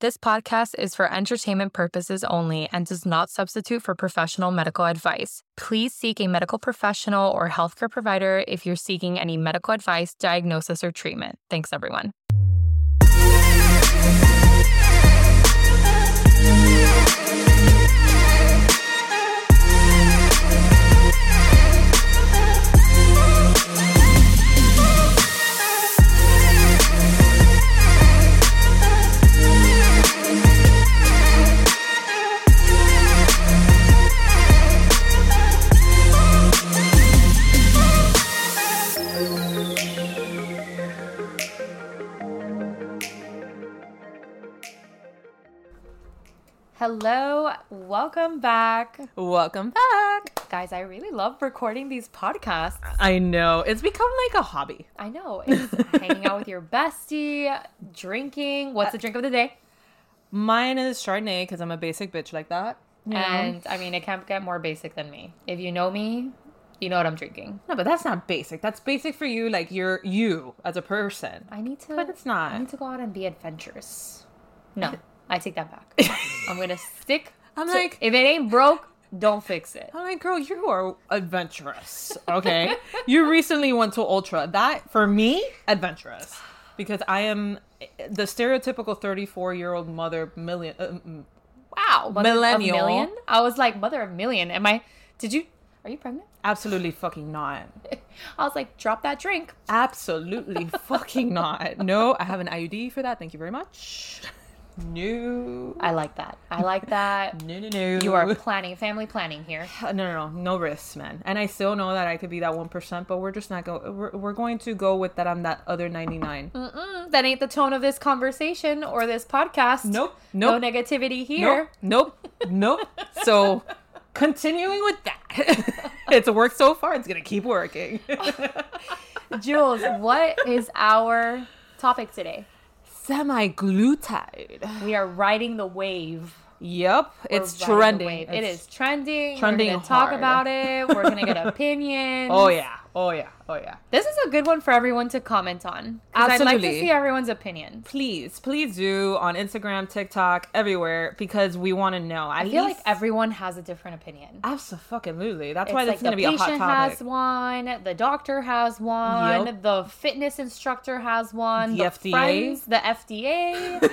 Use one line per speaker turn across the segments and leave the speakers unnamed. This podcast is for entertainment purposes only and does not substitute for professional medical advice. Please seek a medical professional or healthcare provider if you're seeking any medical advice, diagnosis, or treatment. Thanks, everyone. Hello, welcome back.
Welcome back.
Guys, I really love recording these podcasts.
I know. It's become like a hobby.
I know, it's hanging out with your bestie, drinking. What's the drink of the day?
Mine is Chardonnay because I'm a basic bitch like that.
And I mean, it can't get more basic than me. If you know me, you know what I'm drinking.
No, but that's not basic. That's basic for you, like you're you as a person.
I need to.
But it's not.
I need to go out and be adventurous. No, I take that back. I'm gonna stick.
I'm
to-
like-
if it ain't broke, don't fix it.
I'm like, girl, you are adventurous. Okay. you recently went to Ultra. That, for me, adventurous. Because I am the stereotypical 34 year old mother, million. Uh, mm,
Wow, mother of
Millennial.
million? I was like, mother of million. Am I? Did you? Are you pregnant?
absolutely fucking not.
I was like, drop that drink.
Absolutely fucking not. No, I have an IUD for that. Thank you very much. No.
I like that. I like that.
No, no, no.
You are planning, family planning here.
No, no, no. No risks, man. And I still know that I could be that 1%, but we're just not going. We're, we're going to go with that I'm that other 99.
Mm, Mm-mm, Hmm, that ain't the tone of this conversation or this podcast.
Nope.
No
Nope.
negativity here.
nope. Nope. Nope. so continuing with that. it's worked so far. It's going to keep working.
Jules, what is our topic today?
Semi glutide.
We are riding the wave.
Yep.
We're
it's
riding the
trending.
wave. It
It's-
is trending.
trending
We're gonna talk
hard.
about it. We're gonna get opinions.
Oh, yeah. Oh, yeah. Oh, yeah.
This is a good one for everyone to comment on. 'cause I'd like to
Absolutely.
see everyone's opinion.
please, please do on Instagram, TikTok, everywhere because we want to know.
I feel like everyone has a different opinion.
absolutely. That's
It's
why
like
that's
the
going to be a hot
patient
topic.
has one, the doctor has one,
Yep.
the fitness instructor has one,
The
the,
FDA.
friends, the FDA.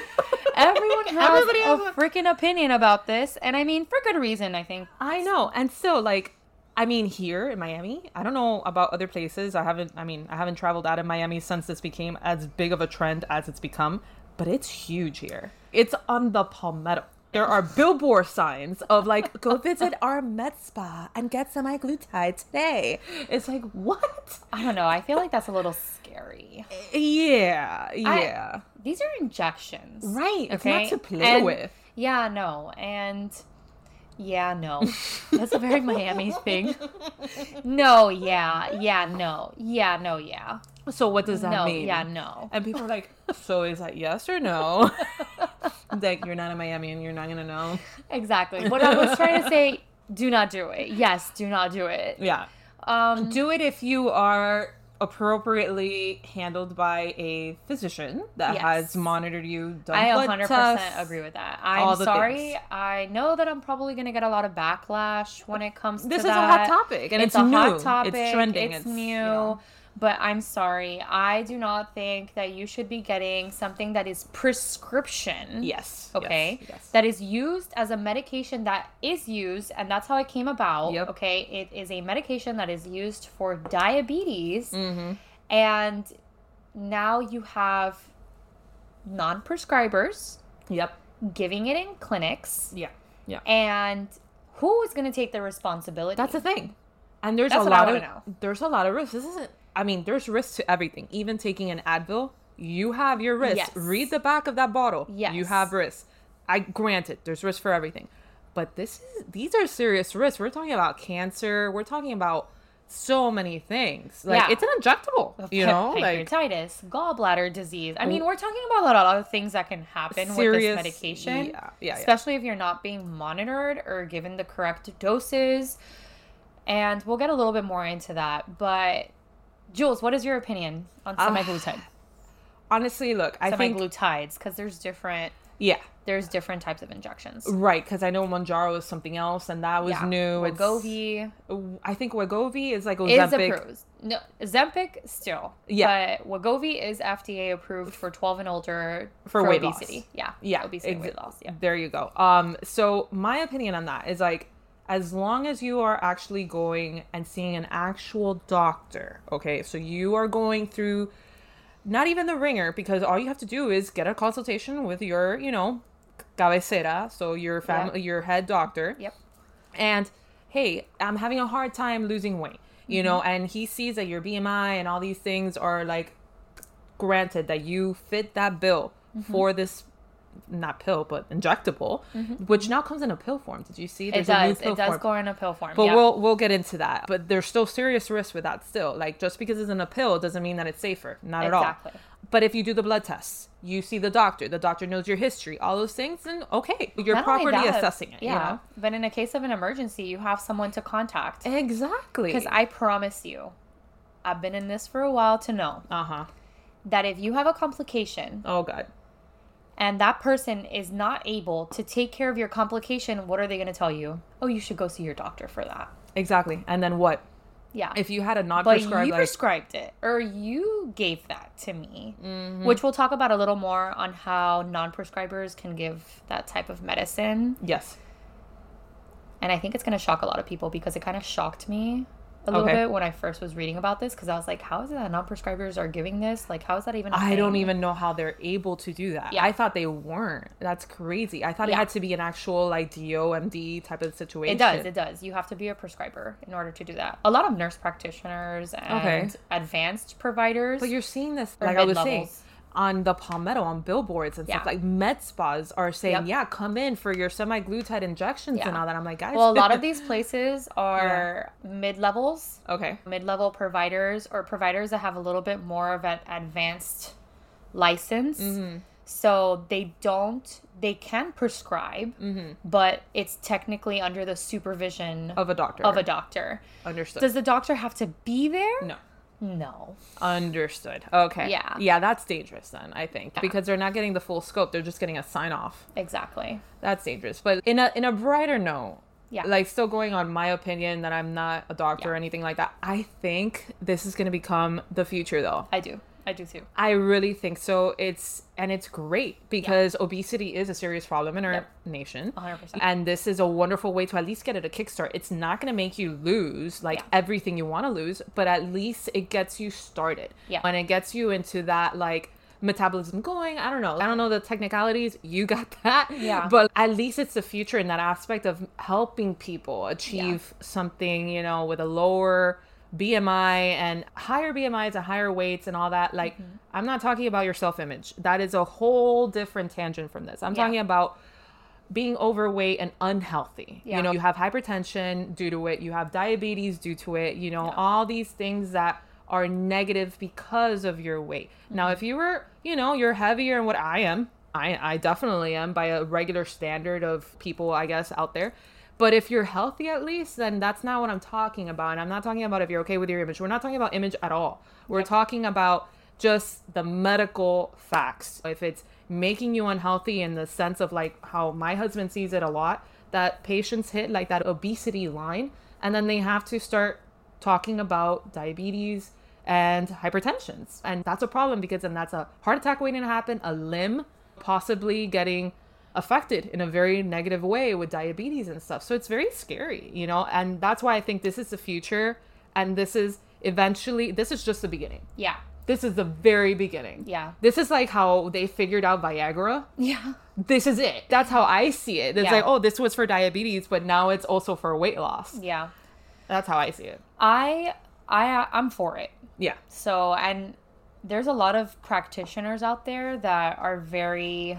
Everyone has
Everybody has
a
one.
freaking opinion about this, and I mean for good reason. I think
I know, and still like. I mean, here in Miami, I don't know about other places. I haven't. I mean, I haven't traveled out of Miami since this became as big of a trend as it's become, but it's huge here. It's on the Palmetto. There are billboard signs of like, "Go visit our med spa and get semi-glutide today." It's like, what?
I don't know. I feel like that's a little scary.
Yeah,
I-
yeah.
These are injections,
Right. It's not to play
And-
with.
Yeah, no, and yeah, no. That's a very Miami thing. No, yeah, yeah, no, yeah, no, yeah,
So what does that
no,
mean?
yeah, no.
And people are like, so is that yes or no? It's like you're not in Miami and you're not gonna know.
Exactly. What I was trying to say, do not do it. Yes, do not do it.
Yeah.
Um,
Do it if you are appropriately handled by a physician that
Yes.
has monitored you. Done
I
blood
100%
tests.
agree with that. I'm
all the
sorry.
things.
I know that I'm probably going to get a lot of backlash when it comes
This
to
is a
that.
hot topic and it's,
a
new.
hot topic.
It's trending.
It's, new.
you know.
But I'm sorry. I do not think that you should be getting something that is prescription.
Yes. yes,
Okay.
Yes.
That is used as a medication that is used, and that's how it came about.
Yep.
Okay. It is a medication that is used for diabetes,
Mhm.
and now you have non prescribers
Yep.
giving it in clinics,
Yeah. Yeah.
and who is going to take the responsibility?
That's the thing. And there's
That's
a
what I
lot
wanna
of
know.
there's a lot of risks. This isn't I mean, there's risks to everything. Even taking an Advil, you have your risks.
Yes.
Read the back of that bottle. You
Yes.
have risks. I granted, there's risk for everything. But this is these are serious risks. We're talking about cancer. We're talking about so many things. Like
Yeah.
it's an injectable. You know? Like
pancreatitis, gallbladder disease. I mean, we're talking about a lot of other things that can happen
Serious-
with this medication,
yeah, yeah, yeah.
especially if you're not being monitored or given the correct doses. And we'll get a little bit more into that. But Jules, what is your opinion on
Um,
semiglutide?
honestly, look, I think
Semiglutides, because there's different
Yeah.
There's different types of injections.
Right, because I know Monjaro is something else, and that was
Yeah.
new. It's-
Wegovy
I think Wegovy is like
is
Ozempic.
approved. No, Zempic still.
Yeah.
But Wegovy is FDA approved for 12 and older
For weight loss.
obesity. Yeah.
Yeah,
Obesity and
exa-
weight loss. Yeah.
There you go. Um, so my opinion on that is like, as long as you are actually going and seeing an actual doctor, okay, so you are going through not even the ringer because all you have to do is get a consultation with your, you know, cabecera, so your family, your head doctor,
Yep.
and hey, I'm having a hard time losing weight, you know,
Mm-hmm.
and he sees that your BMI and all these things are like granted that you fit that bill
Mm-hmm.
for this not pill but injectable which now comes in a pill form did you see
Mm-hmm. It does. It does go in a pill form.
but
yeah.
we'll we'll get into that but there's still serious risks with that still like just because it's in a pill doesn't mean that it's safer not
Exactly.
at all but if you do the blood tests you see the doctor the doctor knows your history all those things then okay you're
Not only
properly
that,
assessing it
Yeah.
you
But in a case of an emergency, you have someone to contact.
know exactly
Because I promise you, I've been in this for a while to know
uh-huh
that if you have a complication
oh god
and that person is not able to take care of your complication, what are they going to tell you? Oh, you should go see your doctor for that.
exactly and then what
Yeah.
if you had a
but
non-prescribed
you
like
prescribed it or you gave that to me,
Mm-hmm.
which we'll talk about a little more on how non prescribers can give that type of medicine.
yes
And I think it's going to shock a lot of people because it kind of shocked me a little
Okay.
bit when I first was reading about this because I was like, how is it that non prescribers are giving this? Like, how is that even? I
I don't even know how they're able to do that.
Yeah.
I thought they weren't. That's crazy. I thought
Yeah.
it had to be an actual like DOMD type of situation.
It does. It does. You have to be a prescriber in order to do that. A lot of nurse practitioners and advanced providers.
But you're seeing this,
Or
like I was saying,
mid-levels.
on the Palmetto, on billboards and
Yeah.
stuff. Like med spas are saying,
Yep.
yeah, come in for your semi-glutide injections and
Yeah.
all that. I'm like, guys.
well, a lot of these places are mid levels.
okay.
mid-level providers or providers that have a little bit more of an advanced license. So they don't they can prescribe, but it's technically under the supervision
Of a doctor.
Mm-hmm. of a doctor.
Understood.
Does the doctor have to be there?
no.
No.
Understood. Okay.
Yeah.
Yeah, that's dangerous then, I think. Because they're not getting the full scope. They're just getting a sign off.
Exactly.
that's dangerous. But in a in a brighter note,
Yeah.
like still going on my opinion that I'm not a doctor or anything like that. I think this is going to become the future though.
I do. I do too.
I really think so. It's and it's great because obesity is a serious problem in our
Yep.
nation.
100%.
And this is a wonderful way to at least get it a kickstart. It's not going to make you lose like
Yeah.
everything you want to lose, but at least it gets you started.
Yeah.
And it gets you into that like metabolism going. I don't know. I don't know the technicalities. You got that.
Yeah.
But at least it's the future in that aspect of helping people achieve something, you know, with a lower BMI and higher BMIs and higher weights and all that. Like, I'm not talking about your self image. That is a whole different tangent from this. I'm
Yeah.
talking about being overweight and unhealthy.
Yeah.
You know, you have hypertension due to it, you have diabetes due to it, you know, all these things that are negative because of your weight. Now, if you were, you know, you're heavier and what I am, I, I definitely am by a regular standard of people, I guess, out there. But if you're healthy at least, then that's not what I'm talking about. And I'm not talking about if you're okay with your image. We're not talking about image at all. We're talking about just the medical facts. If it's making you unhealthy in the sense of like how my husband sees it a lot, that patients hit like that obesity line and then they have to start talking about diabetes and hypertensions. And that's a problem because then that's a heart attack waiting to happen, a limb possibly getting affected in a very negative way with diabetes and stuff. So it's very scary, you know? And that's why I think this is the future and this is eventually this is just the beginning.
Yeah.
This is the very beginning.
Yeah.
This is like how they figured out Viagra.
Yeah.
This is it. That's how I see it. It's
Yeah.
like, oh, this was for diabetes, but now it's also for weight loss.
Yeah.
That's how I see it.
I I I'm for it.
Yeah.
So, and there's a lot of practitioners out there that are very,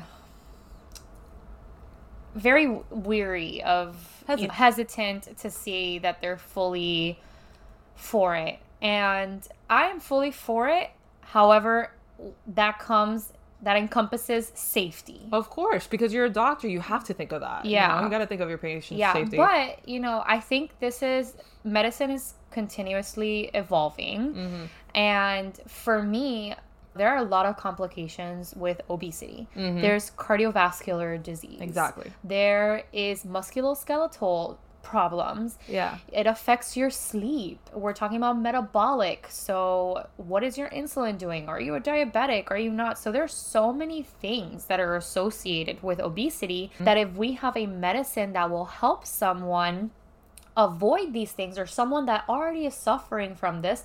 very weary of
Hesitant.
hesitant to see that they're fully for it. And I am fully for it. However, that comes, that encompasses safety.
Of course, because you're a doctor, you have to think of that.
Yeah.
You, know? You gotta think of your patient's
yeah.
safety.
But, you know, I think this is,
Mm-hmm.
medicine is continuously evolving. And for me, There are a lot of complications with obesity. There's cardiovascular disease.
Mm-hmm. Exactly.
There is musculoskeletal problems.
Yeah.
It affects your sleep. We're talking about metabolic. So, what is your insulin doing? Are you a diabetic? Are you not? So, there's so many things that are associated with obesity
Mm-hmm.
that if we have a medicine that will help someone avoid these things or someone that already is suffering from this,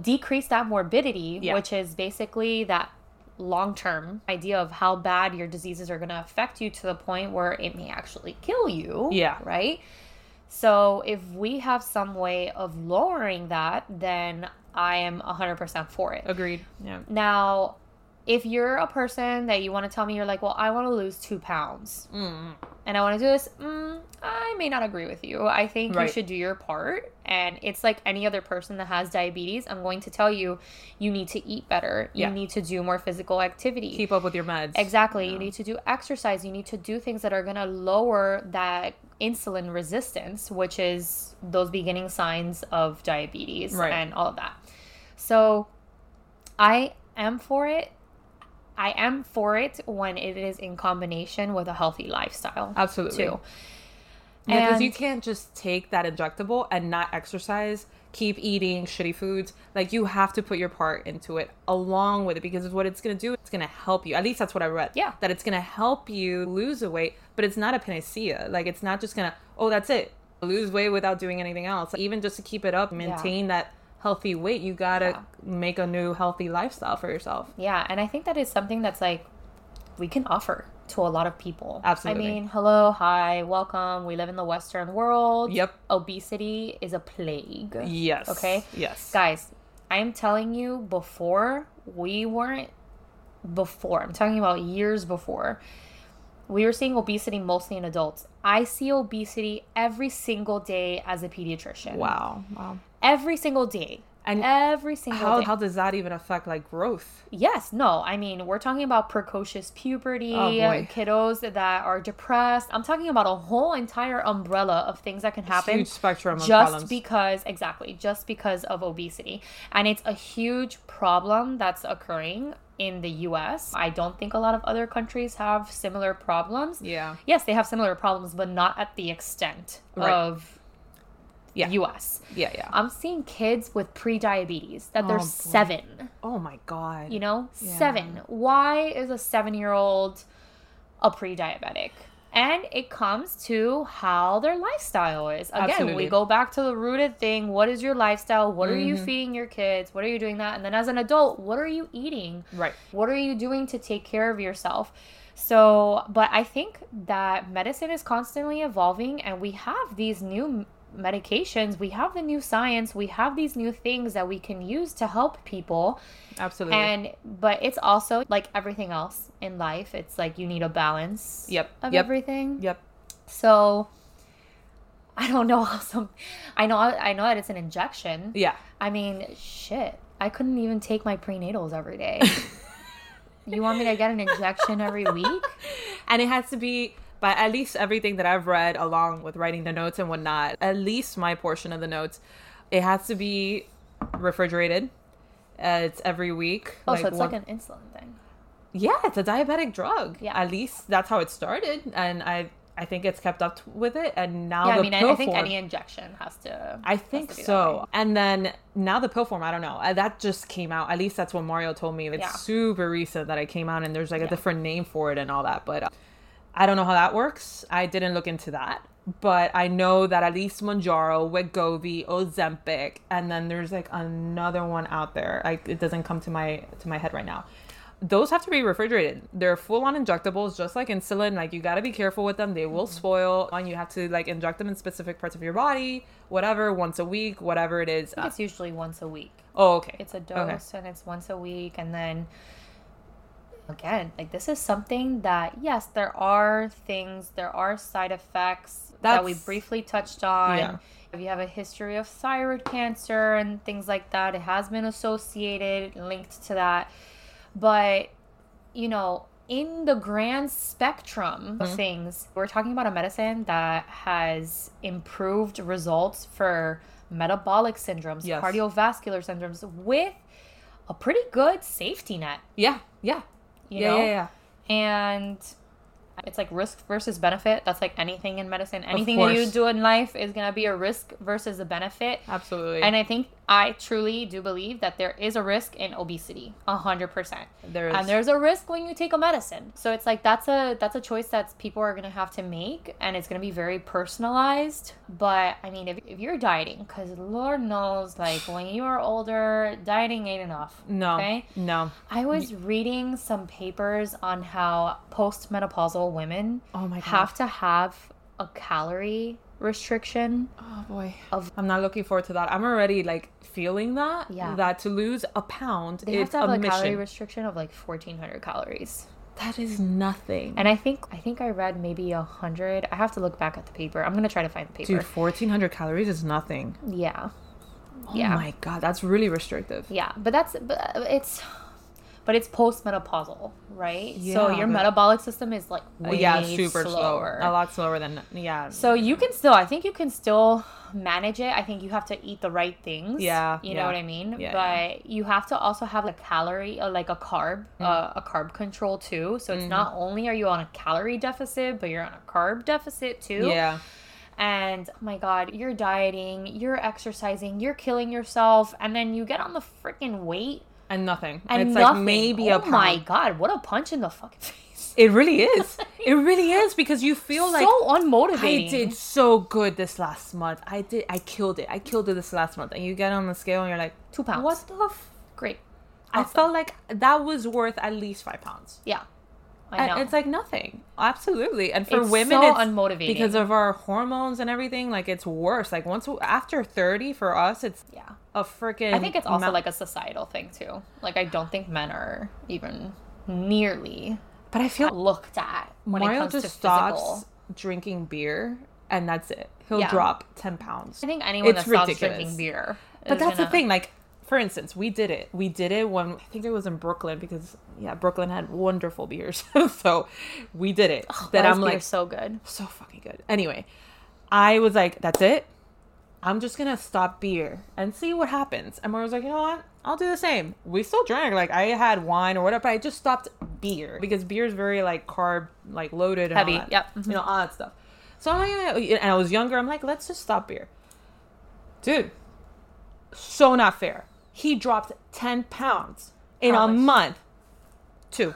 decrease that morbidity,
Yeah.
which is basically that long term idea of how bad your diseases are going to affect you to the point where it may actually kill you.
Yeah.
Right. So if we have some way of lowering that, then I am 100% for it.
Agreed. Yeah.
Now, if you're a person that you want to tell me you're like, well, I want to lose two pounds
Mm.
and I want to do this, mm, I may not agree with you. I think
Right.
you should do your part. And it's like any other person that has diabetes, I'm going to tell you, you need to eat better.
Yeah.
You need to do more physical activity.
Keep up with your meds.
Exactly. You need to do exercise. You need to do things that are going to lower that insulin resistance, which is those beginning signs of diabetes
Right.
and all of that. So I am for it. I am for it when it is in combination with a healthy lifestyle.
Absolutely.
Too.
Yeah, because you
And-
can't just take that injectable and not exercise, keep eating shitty foods. Like you have to put your part into it along with it because what it's gonna do, it's gonna help you. At least that's what I read.
Yeah.
That it's gonna help you lose the weight, but it's not a panacea. Like it's not just gonna, oh, that's it. Lose weight without doing anything else. Even just to keep it up, maintain that healthy weight, you gotta
Yeah.
make a new healthy lifestyle for yourself.
Yeah, and I think that is something that's like we can offer to a lot of people.
Absolutely.
I mean, hello, hi, welcome. We live in the Western world.
Yep.
Obesity is a plague.
Yes.
Okay.
Yes.
Guys, I'm telling you, before we weren't, before, I'm talking about years before, we were seeing obesity mostly in adults. I see obesity every single day as a pediatrician.
Wow. Wow.
Every single day.
And
Every single
How,
day.
how does that even affect like growth?
Yes, no. I mean, we're talking about precocious puberty,
Oh, boy.
kiddos that are depressed. I'm talking about a whole entire umbrella of things that can happen
huge spectrum of
just
problems.
because exactly, just because of obesity. And it's a huge problem that's occurring in the US. I don't think a lot of other countries have similar problems.
yeah.
Yes, they have similar problems, but not at the extent
Right.
of
Yeah.
US.
Yeah, yeah.
I'm seeing kids with prediabetes that
Oh,
they're
boy.
7
oh my god.
you know, seven. Why is a seven year old a pre diabetic? And it comes to how their lifestyle is. Again,
Absolutely.
we go back to the rooted thing. What is your lifestyle? What are you feeding your kids? What are you doing that? And then as an adult, what are you eating?
right.
What are you doing to take care of yourself? So, but I think that medicine is constantly evolving and we have these new m- medications, we have the new science, we have these new things that we can use to help people.
Absolutely.
And but it's also like everything else in life. It's like you need a balance
Yep,
of
yep.
everything.
yep.
So I don't know how some I know I know that it's an injection.
Yeah.
I mean, shit. I couldn't even take my prenatals every day. you want me to get an injection every week? Oh,
And it has to be by at least everything that I've read along with writing the notes and whatnot, at least my portion of the notes, it has to be refrigerated. Uh, it's every week.
Oh, so it's
one-
like an insulin thing.
yeah, it's a diabetic drug.
Yeah.
At least that's how it started, and I I think it's kept up with it, and now
Yeah,
the
I mean, I,
pill
I think
form-
any injection has to.
I
has
think
to be that
so.
way.
And then now the pill form, I don't know. Uh, That just came out. At least that's what Mario told me. It's
Yeah.
super recent that it came out and there's like a different name for it and all that. But uh, I don't know how that works. I didn't look into that. But I know that at least Manjaro, Wegovy, Ozempic, and then there's like another one out there. I, it doesn't come to my to my head right now. Those have to be refrigerated. They're full on injectables, just like insulin. Like you gotta be careful with them. They will
Mm-hmm.
spoil, and you have to like inject them in specific parts of your body, whatever, once a week, whatever it is.
It's usually once a week.
oh, okay.
It's a
Okay.
dose and it's once a week. And then again, like this is something that, yes, there are things, there are side effects that we
That's-
briefly touched on.
Yeah.
If you have a history of thyroid cancer and things like that, it has been associated, linked to that. But, you know, in the grand spectrum
Mm-hmm.
of things, we're talking about a medicine that has improved results for metabolic syndromes,
Yes.
cardio cardiovascular syndromes with a pretty good safety net,
Yeah, yeah,
you
yeah,
know?
yeah, yeah.
And it's like risk versus benefit. That's like anything in medicine. Anything that you
course.
do in life is going to be a risk versus a benefit.
Absolutely.
And I think I truly do believe that there is a risk in obesity, a hundred percent.
there is.
And there's a risk when you take a medicine. So it's like that's a that's a choice that people are gonna have to make, and it's gonna be very personalized. But I mean, if, if you're dieting, because Lord knows, like when you are older, dieting ain't enough.
no,
Okay.
no.
I was reading some papers on how postmenopausal women
Oh my god.
have to have a calorie restriction.
Oh boy.
of-
I'm not looking forward to that. I'm already like feeling that.
Yeah.
That to lose a pound,
They have
it's
to have
a
a calorie
mission.
restriction of like 1400 calories.
that is nothing.
And I think I think I read maybe a hundred. I have to look back at the paper. I'm gonna try to find the paper.
Dude, 1400 calories is nothing.
Yeah,
Oh
Yeah.
my god, that's really restrictive.
yeah. But that's but uh, it's but it's postmenopausal, right? so
Yeah,
your
but-
metabolic system is like way
yeah, super
slower.
slower. A lot slower than yeah.
So you can still, I think you can still manage it. I think you have to eat the right things.
Yeah,
you
yeah.
know what I mean.
Yeah,
but you have to also have a calorie, or like a carb, uh,
Mm.
a carb control too. So it's
Mm-hmm.
not only are you on a calorie deficit, but you're on a carb deficit too.
yeah.
and oh my god, you're dieting, you're exercising, you're killing yourself, and then you get on the freaking weight
And nothing.
and
it's
nothing.
like maybe
oh
a pound.
my god, what a punch in the fucking face!
It really is. it really is because you feel like
so unmotivating.
I did so good this last month. I did. I killed it. I killed it this last month. And you get on the scale and you're like,
two pounds.
what the? F-?
Great.
I felt like that was worth at least five pounds.
Yeah, I know.
And it's like nothing. Absolutely. And for
It's
women,
so
it's
unmotivating.
because of our hormones and everything. Like it's worse. Like once after thirty, for us, it's
yeah.
a freaking.
I think it's also
ma-
like a societal thing too. Like I don't think men are even nearly
But I feel
looked at when it
Mario
comes
just
to
stops
physical.
drinking beer, and that's it. He'll
Yeah.
drop ten pounds.
I think anyone
It's
that stops
ridiculous.
drinking beer,
But
is
that's the
gonna-
thing. Like, for instance, we did it. We did it when I think it was in Brooklyn because yeah, Brooklyn had wonderful beers. so we did it.
Why
that I'm
is beer
like so-,
so good.
fucking good. Anyway, I was like, that's it. I'm just gonna stop beer and see what happens. And Mario's like, you know what? I'll do the same. We still drank. Like I had wine or whatever, but I just stopped beer because beer is very like carb like loaded and all
Heavy,
that.
yep.
You know all that stuff. So I'm like, eh, eh, and I was younger. I'm like, let's just stop beer, dude. So not fair. He dropped ten pounds in
How
a
much?
month. Two,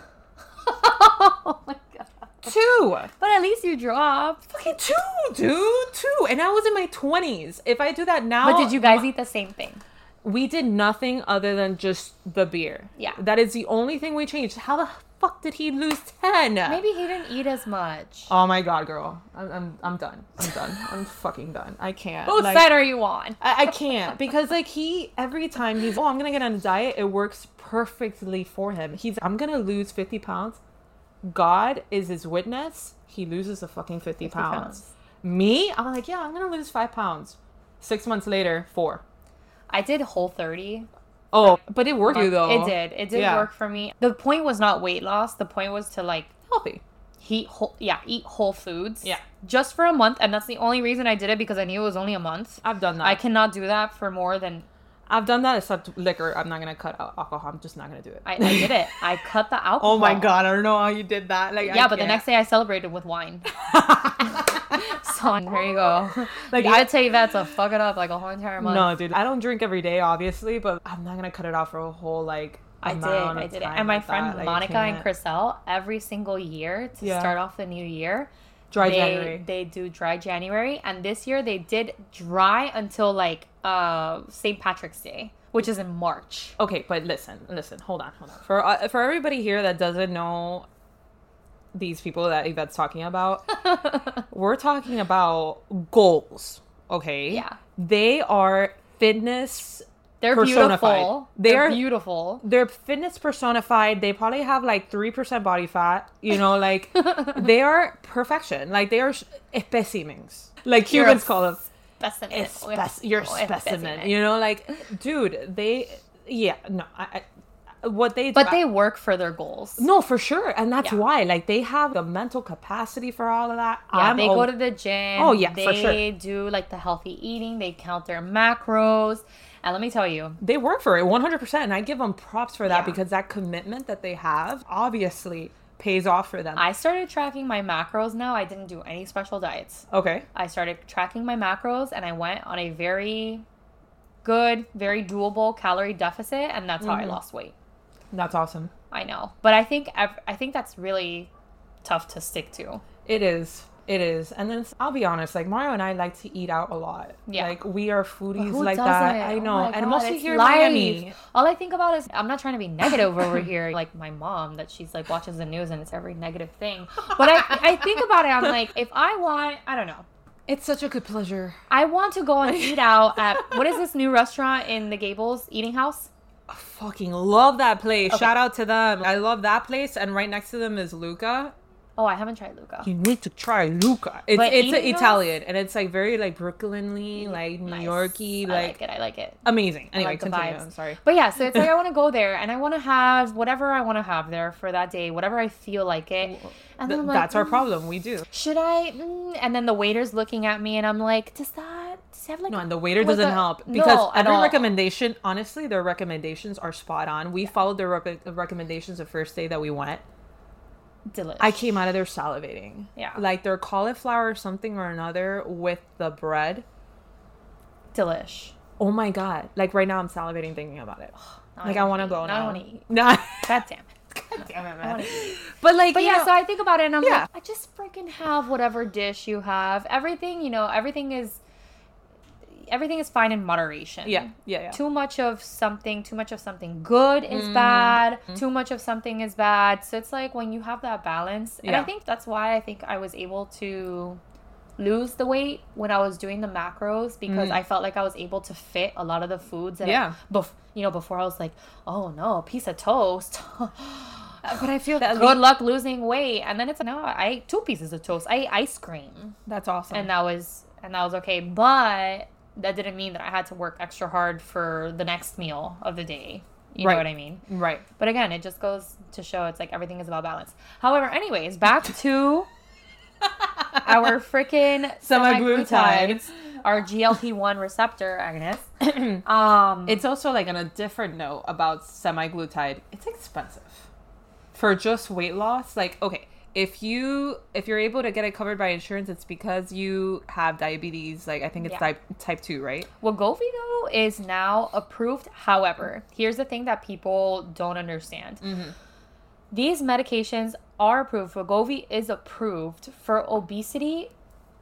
oh my god.
two,
But at least you dropped.
fucking two, dude, two. And I was in my twenties. If I do that now,
But did you guys eat the same thing?
we did nothing other than just the beer.
Yeah.
That is the only thing we changed. How the fuck did he lose 10?
Maybe he didn't eat as much.
Oh my god, girl. I'm, I'm, I'm done. I'm done. I'm fucking done. I can't.
Whose
Like,
side are you on?
I, I can't because like he every time he's oh I'm gonna get on a diet it works perfectly for him he's I'm gonna lose 50 pounds God is his witness he loses a fucking 50, pounds.
pounds.
me I'm like yeah I'm gonna lose five pounds six months later four
I did whole 30.
oh but it worked for you though
It did. It did
Yeah.
work for me. The point was not weight loss. The point was to like
healthy
eat whole, yeah, eat whole foods.
Yeah.
Just for a month, and that's the only reason I did it because I knew it was only a month.
I've done that
I cannot do that for more than
I've done that except liquor. I'm not gonna cut out alcohol. I'm just not gonna do it.
I, I did it. I cut the alcohol.
oh my god, I don't know how you did that. Like
Yeah, but the next day I celebrated with wine. so there you go.
Like,
Like
I-
I tell you that to fuck it up like a whole entire month.
No, dude, I don't drink every day, obviously, but I'm not gonna cut it off for a whole like.
I did,
amount
I
of
did it.
time
And my
like
friend
that. Like, I
Monica and
can't.
Chriselle, every single year to
Yeah.
start off the new year,
Dry
they
January.
they do dry January, and this year they did dry until like uh St. Patrick's Day, which is in March.
Okay, but listen, listen, hold on, hold on. For uh, for everybody here that doesn't know these people that Yvette's talking about, we're talking about goals. Okay.
Yeah.
They are fitness
They're
Personified.
beautiful.
They
They're
are-
beautiful.
they're fitness personified. They probably have like 3% body fat. You know, like they are perfection. Like they are s- specimens. Like
You're
humans
a
call them.
Specimen.
Spec- you're
Oh, a
specimen. You know, like, dude, they, yeah, no, I, I, what they
But they work for their goals.
no for sure and that's
Yeah.
why like they have the mental capacity for all of that
Yeah,
I'm
they
a-
go to the gym.
Oh, yeah,
they
for sure.
do like the healthy eating. They count their macros, and let me tell you,
they work for it 100% and i give them props for that
Yeah.
because that commitment that they have obviously pays off for them
I started tracking my macros now. I didn't do any special diets.
okay
I started tracking my macros, and I went on a very good, very doable calorie deficit, and that's how
Mm-hmm.
I lost weight.
that's awesome
I know, but I think ev- I think that's really tough to stick to.
It is. It is. And then it's- I'll be honest, like Mario and I like to eat out a lot.
Yeah.
Like we are foodies
Who
like
doesn't?
that. I
Oh
know.
my
and
God,
mostly
it's
here in
life.
Miami.
All I think about is I'm not trying to be negative over here, like my mom that she's like watches the news and it's every negative thing. But I, I think about it, I'm like, if I want, I don't know,
It's such a good pleasure.
I want to go and eat out at what is this new restaurant in the Gables Eating House?
I fucking love that place. Shout out to them. I love that place. And right next to them is Luca.
Oh, I haven't tried Luca.
You need to try Luca. It's
But
it's
eating house?
Italian and it's like very like Brooklynly, like New
Nice.
Yorky,
I like
like,
it. I like it.
amazing. Anyway,
like the
continue.
vibes.
I'm sorry.
But yeah, so it's like I want to go there and I want to have whatever I want to have there for that day, whatever I feel like it. And
Th-
then I'm like,
that's our
"Mm,
problem. We do.
Should I? Mm. And then the waiter's looking at me and I'm like, does that does he have like
No, and the waiter
Like
doesn't
a-
help
no,
because
at
every
all.
recommendation, honestly, their recommendations are spot on. We followed their rec- recommendations the first day that we went.
delish?
I came out of there salivating.
Yeah.
like their cauliflower or something or another with the bread.
delish.
Oh my god! Like right now, I'm salivating thinking about it.
Now
Like I,
wanna
want to
eat.
go
Now
now.
I want to eat.
Nah.
God damn it.
Damn it,
I
man.
wanna eat.
But like,
But
you
yeah,
know-
so I think about it and I'm
Yeah.
like, I just freaking have whatever dish you have. Everything, you know, everything is everything is fine in moderation.
yeah, yeah, Mm-hmm. yeah.
Too much of something, too much of something good is bad. Too much of something is bad. So it's like when you have that balance. And I
Yeah.
think that's why I think I was able to lose the weight when I was doing the macros because I felt like I was able to fit a lot of the foods that I-
Mm. Yeah.
bef- you know, before I was like, "Oh no, piece of toast." but I feel
That
good
le-
luck losing weight. And then it's no, I ate two pieces of toast. I ate ice cream
That's awesome.
and that was and that was okay but that didn't mean that i had to work extra hard for the next meal of the day you
Right.
know what i mean
right.
but again it just goes to show it's like everything is about balance however anyways back to our freaking
Semaglutide.
semaglutides, our glp-1 receptor agnes um
It's also like on a different note about semi-glutide. It's expensive for just weight loss. Like, okay, if you if you're able to get it covered by insurance, it's because you have diabetes. Like, I think it's
Yeah.
type type two, right?
Wegovy though is now approved. However, here's the thing that people don't understand.
Mm-hmm.
These medications are approved. Wegovy is approved for obesity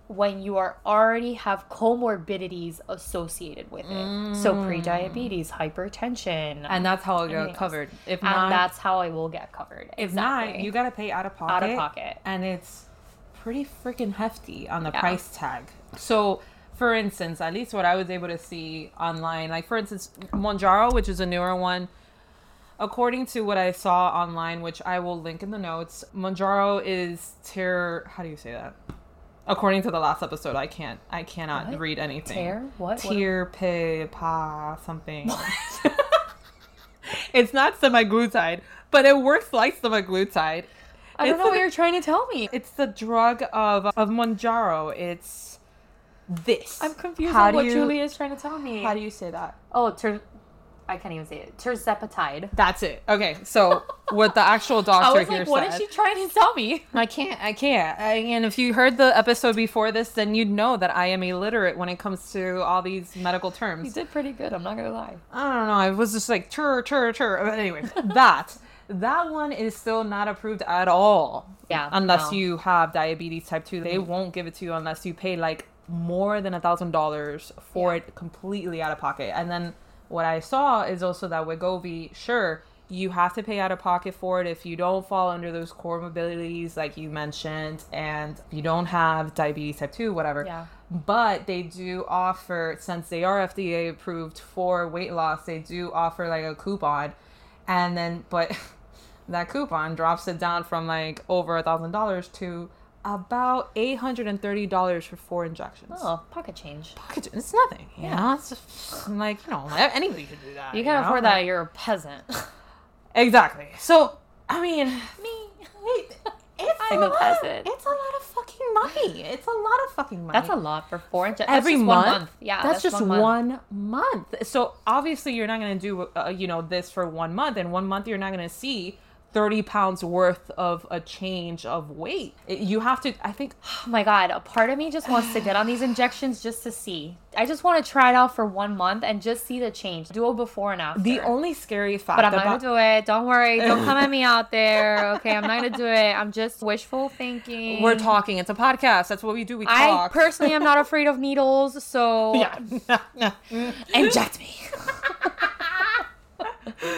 when you are already have comorbidities associated with it. So prediabetes, hypertension,
Mm. And that's how it
Anything
got
else.
covered. If
and
not,
that's how I will get covered.
if not, you gotta pay out of pocket.
pocket.
and it's pretty freaking hefty on the
Yeah.
price tag. So. For instance, at least what I was able to see online, like for instance, Monjaro, which is a newer one, according to what I saw online, which I will link in the notes, Monjaro is tier. How do you say that? According to the last episode, I can't. I cannot
What?
read anything.
Tear? What? What-
Tier pe pa something. it's not semaglutide, but it works like semaglutide.
I don't
It's
know what
the-
you're trying to tell me.
It's the drug of of Monjaro. It's this.
I'm confused
How
on
do
what
you-
Julie is trying to tell me.
How do you say that?
oh, ter- I can't even say it. Terzepatide.
That's it. Okay, so what the actual doctor
I was
here
like, what
said.
is she trying to tell me?
I can't. I can't. I, and if you heard the episode before this, then you'd know that I am illiterate when it comes to all these medical
You
terms.
did pretty good. I'm not gonna lie.
I don't know. I was just like, tur, tur, tur. But anyway, that that one is still not approved at all.
Yeah,
Unless
no. Mm-hmm.
you have diabetes type two, they won't give it to you unless you pay like more than a thousand dollars for
Yeah.
it completely out of pocket. And then what I saw is also that Wegovy, sure. You have to pay out of pocket for it if you don't fall under those core mobilities, like you mentioned, and you don't have diabetes type 2, whatever.
Yeah.
But they do offer, since they are FDA approved for weight loss, they do offer like a coupon. And then, but that coupon drops it down from like over a thousand dollars to about eight hundred and thirty dollars for four injections.
Oh, pocket change.
It's nothing. You yeah, know? it's just, like you know, anybody could do that.
You can
know?
afford that. You're a peasant.
Exactly. So, I mean, me. It's
I'm a
lot-
peasant.
It's a lot of fucking money. It's a lot of fucking money.
That's a lot for four inches.
every month.
One month. Yeah,
that's, just
one. month.
one month. So obviously, you're not going to do uh, you know this for one month, and one month you're not going to see. 30 pounds worth of a change of weight. It- You have to, I think,
Oh my god, a part of me just wants to get on these injections just to see. I just want to try it out for one month and just see the change. Do a before and after.
the only scary fact
but I'm not
about
gonna do it. Don't worry. Don't come at me out there. Okay, I'm not gonna do it. I'm just wishful thinking.
we're talking, it's a podcast. That's what we do. We talk.
I personally am not afraid of needles, so
yeah.
inject me.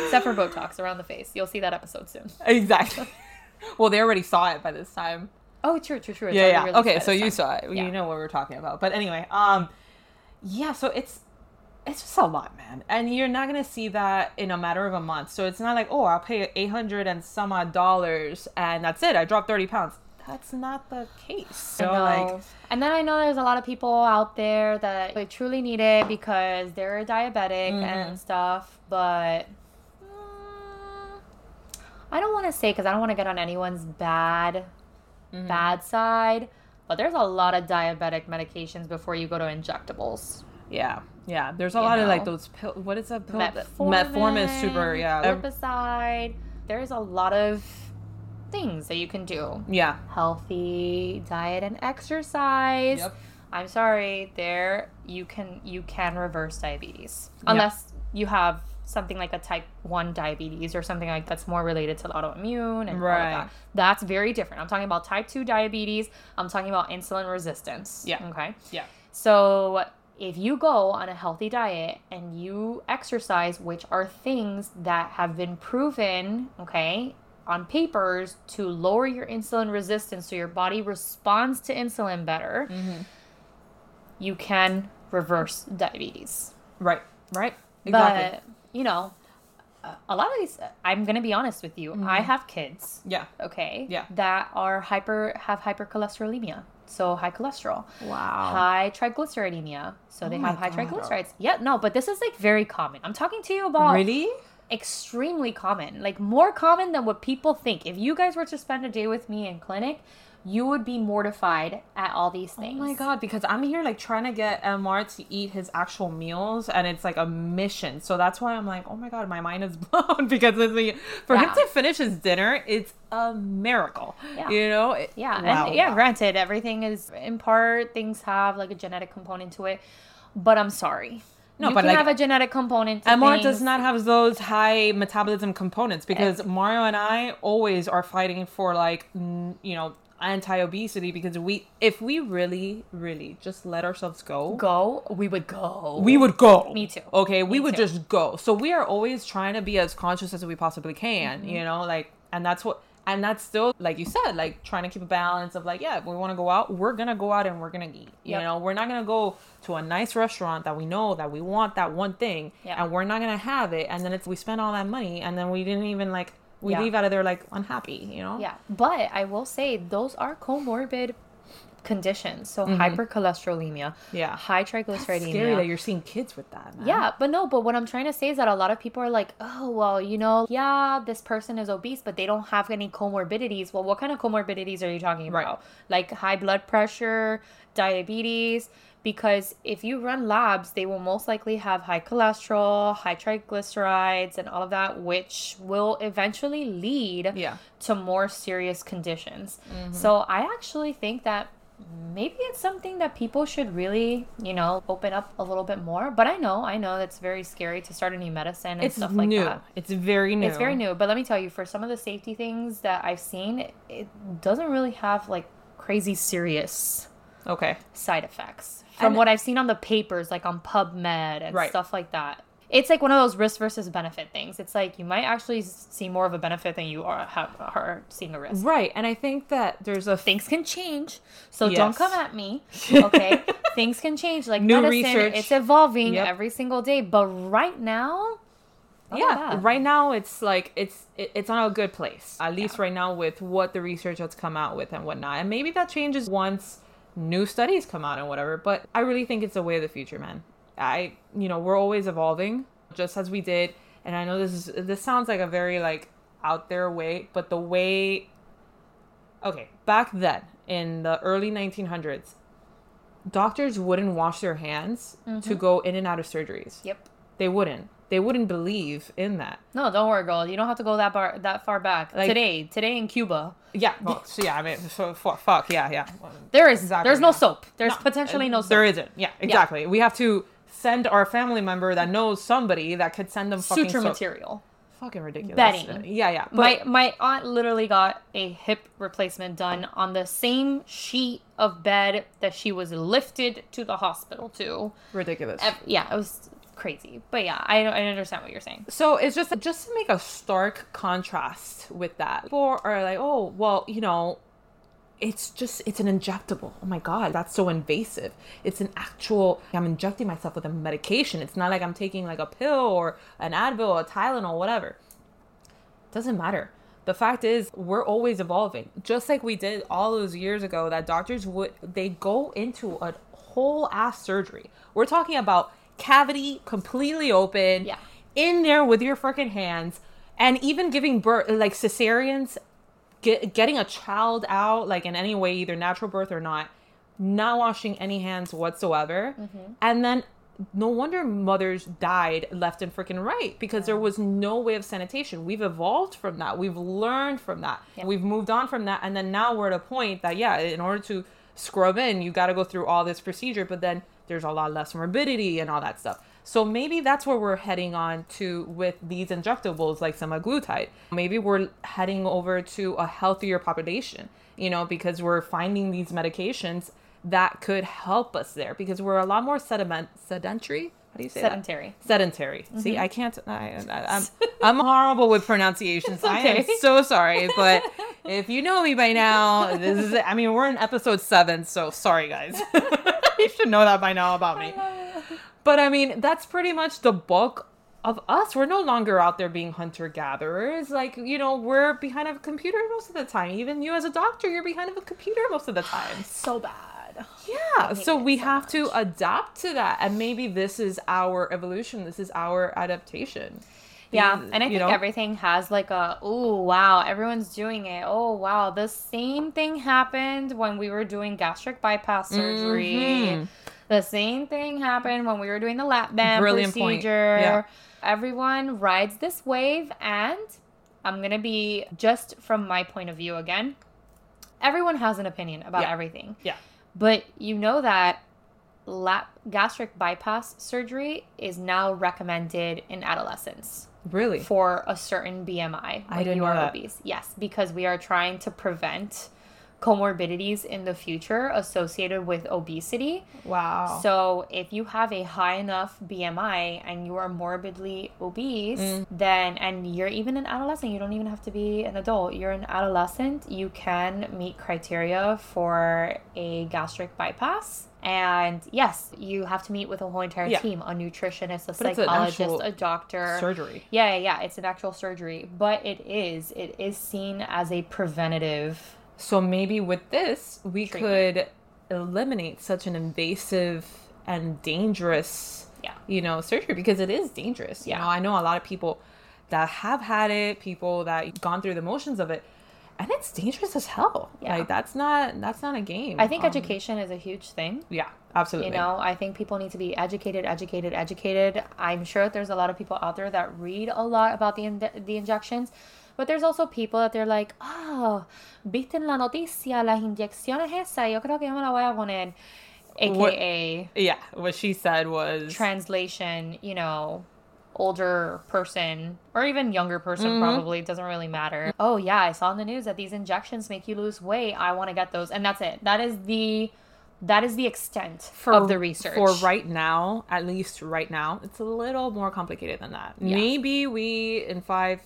Except for Botox around the face. You'll see that episode soon.
exactly. Well, they already saw it by this time.
Oh, true, true, true. It's already
yeah, yeah.
released by
Okay,
this
so you
time.
saw it.
Yeah.
You know what we're talking about. But anyway, um, yeah. So it's it's just a lot, man, and you're not gonna see that in a matter of a month. So it's not like oh, I'll pay eight hundred and some odd dollars, and that's it. I dropped thirty pounds. That's not the case.
I
So
know.
like,
and then I know there's a lot of people out there that like, truly need it because they're diabetic and stuff, but mm, I don't want to say because I don't want to get on anyone's bad bad side, but there's a lot of diabetic medications before you go to injectables.
yeah, yeah. There's a lot of like
know.
those pill. What is that pill? that-
Metformin,
Metformin is super. Yeah,
Lipicide. There's a lot of things that you can do
yeah.
healthy diet and exercise.
Yep.
I'm sorry, there you can you can reverse diabetes unless you have something like a type 1 diabetes or something like that's more related to autoimmune and all of
Right.
that. That's very different. I'm talking about type 2 diabetes. I'm talking about insulin resistance.
Yeah.
Okay.
Yeah.
So if you go on a healthy diet and you exercise, which are things that have been proven, okay, on papers to lower your insulin resistance so your body responds to insulin better,
Mm-hmm.
you can reverse diabetes.
Right. Right. Exactly.
But, you know, a- a lot of these, I'm going to be honest with you, I have kids
yeah.
okay
Mm-hmm. Yeah.
that are hyper have hypercholesterolemia so high cholesterol
Wow. Oh
high triglyceridemia so they
my
have high
God.
triglycerides yeah no but this is like very common i'm talking to you about
Really?
extremely common like more common than what people think if you guys were to spend a day with me in clinic you would be mortified at all these
Oh
things
my god, because I'm here like trying to get MR to eat his actual meals and it's like a mission. So that's why I'm like, oh my god, my mind is blown because it's like, for him
Yeah.
to finish his dinner, it's a miracle.
Yeah.
You know? It-
Yeah,
Wow.
and yeah, granted, everything is in part things have like a genetic component to it, but I'm sorry.
No,
you
but,
can
like,
have a genetic component. To
MR
things.
does not have those high metabolism components because Mario and I always are fighting for like n- you know anti-obesity because we if we really really just let ourselves
go. We would go.
we would go.
Me too.
Okay, we would
too.
just go. So we are always trying to be as conscious as we possibly can,
Mm-hmm.
you know, like and that's what and that's still like you said, like trying to keep a balance of like, yeah, if we want to go out, we're gonna go out and we're gonna eat. You
Yep.
know, we're not gonna go to a nice restaurant that we know that we want that one thing
Yeah.
and we're not gonna have it and then it's we spend all that money and then we didn't even like we
Yeah.
leave out of there like unhappy, you know?
Yeah, but I will say those are comorbid conditions. So hypercholesterolemia,
Mm-hmm. Yeah.
high
It's scary that
triglyceridemia.
you're seeing kids with that, man.
Yeah, but no, but what I'm trying to say is that a lot of people are like, oh, well, you know, yeah, this person is obese, but they don't have any comorbidities. Well, what kind of comorbidities are you talking
Right.
about? Like high blood pressure, diabetes, because if you run labs, they will most likely have high cholesterol, high triglycerides, and all of that, which will eventually lead
Yeah. Mm-hmm.
to more serious conditions. So I actually think that maybe it's something that people should really, you know, open up a little bit more. But I know, I know that's very scary to start a new medicine and
It's
stuff like
new.
that.
It's very new.
It's very new, but let me tell you, for some of the safety things that I've seen, it doesn't really have like crazy serious
Okay.
side effects from
And-
what I've seen on the papers, like on PubMed and
Right.
stuff like that. It's like one of those risk versus benefit things. It's like you might actually s- see more of a benefit than you are have are seeing a risk.
Right. And I think that there's a
Things can change, so don't
Yes.
come at me. Okay, things can change. Like
New
medicine,
research.
it's evolving
Yep.
every single day. But right now, not
yeah
bad.
right now it's like it's it, it's not a good place at least right now with what the research has come out with and whatnot and maybe that changes once new studies come out and whatever but i really think it's the way of the future man i you know we're always evolving just as we did and I know this is this sounds like a very like out there way, but the way okay, back then in the early 1900s, doctors wouldn't wash their hands to go in and out of surgeries.
Yep.
They wouldn't. They wouldn't believe in that.
No, don't worry, girl. You don't have to go that far that far back.
Like-
today, today in Cuba,
Yeah. Well, so yeah, I mean, so, fuck, fuck, yeah, yeah.
there is
Exactly,
there's no
yeah.
soap. There's potentially no soap.
There isn't. Yeah, exactly. We have to send our family member that knows somebody that could send them fucking
suture
soap.
material.
Fucking ridiculous. Uh,
Bedding.
Yeah, yeah. But
my my aunt literally got a hip replacement done on the same sheet of bed that she was lifted to the hospital to.
ridiculous.
Ev- Yeah, it was crazy. But yeah, I I understand what you're saying.
So it's just just to make a stark contrast with that. People are like, oh, well, you know, it's just it's an injectable. Oh my god, that's so invasive. It's an actual. I'm injecting myself with a medication. It's not like I'm taking like a pill or an Advil or a Tylenol, whatever. Doesn't matter. The fact is, we're always evolving. Just like we did all those years ago, that doctors would they go into a whole ass surgery. We're talking about cavity completely open
Yeah.
in there with your freaking hands and even giving birth like cesareans get, getting a child out like in any way either natural birth or not not washing any hands whatsoever and then no wonder mothers died left and freaking right because there was no way of sanitation we've evolved from that we've learned from that we've moved on from that and then now we're at a point that yeah in order to scrub in you got to go through all this procedure but then there's a lot less morbidity and all that stuff so maybe that's where we're heading on to with these injectables like semaglutide. Maybe we're heading over to a healthier population, you know, because we're finding these medications that could help us there because we're a lot more sediment sedentary. How do you say that?
Sedentary.
Sedentary. See, I can't. I, I, am I'm horrible with pronunciations. I am
okay.
so sorry, but if you know me by now, this is. I mean, we're in episode seven, so sorry, guys. you should know that by now about me. But I mean, that's pretty much the bulk of us. We're no longer out there being hunter gatherers. Like, you know, we're behind a computer most of the time. Even you as a doctor, you're behind a computer most of the time.
So bad.
Yeah. So
it
we
so
have to adapt to that. And maybe this is our evolution. This is our adaptation.
Yeah,
These-
and I
you
think
know?
everything has like a oh wow, everyone's doing it. Oh wow, the same thing happened when we were doing gastric bypass surgery.
Mhm.
The same thing happened when we were doing the lap band
Brilliant point.
procedure.
Yeah.
Everyone rides this wave, and I'm gonna be just from my point of view again. Everyone has an opinion about
Yeah.
everything.
Yeah.
But you know that lap gastric bypass surgery is now recommended in adolescents
Really?
for a certain BMI when
didn't
you
know
are
that.
obese. Yes, because we are trying to prevent comorbidities in the future associated with obesity.
Wow.
So, if you have a high enough BMI and you are morbidly obese,
Mm.
then and you're even an adolescent, you don't even have to be an adult. You're an adolescent, you can meet criteria for a gastric bypass. And yes, you have to meet with a whole entire
Yeah.
team, a nutritionist, a
But it's an
psychologist,
actual
a doctor.
Surgery.
Yeah, yeah, yeah, it's an actual surgery, but it is it is seen as a preventative.
So maybe with this, we
Treatment.
could eliminate such an invasive and dangerous,
Yeah.
you know, surgery because it is dangerous. You
Yeah.
know, I know a lot of people that have had it, people that gone through the motions of it, and it's dangerous as hell.
Yeah.
Like that's not that's not a game.
I think
Um,
education is a huge thing.
Yeah, absolutely.
You know, I think people need to be educated, educated, educated. I'm sure there's a lot of people out there that read a lot about the in- the injections, but there's also people that they're like, oh, viste en la noticia las inyecciones esa, yo creo que yo me la voy a poner,
What-
aka
Yeah, what she said was
translation, you know, older person or even younger person
Mm-hmm.
probably it doesn't really matter. Oh yeah, I saw in the news that these injections make you lose weight. I want to get those. And that's it. That is the that is the extent of the research.
For right now, at least right now, it's a little more complicated than that. Maybe we in five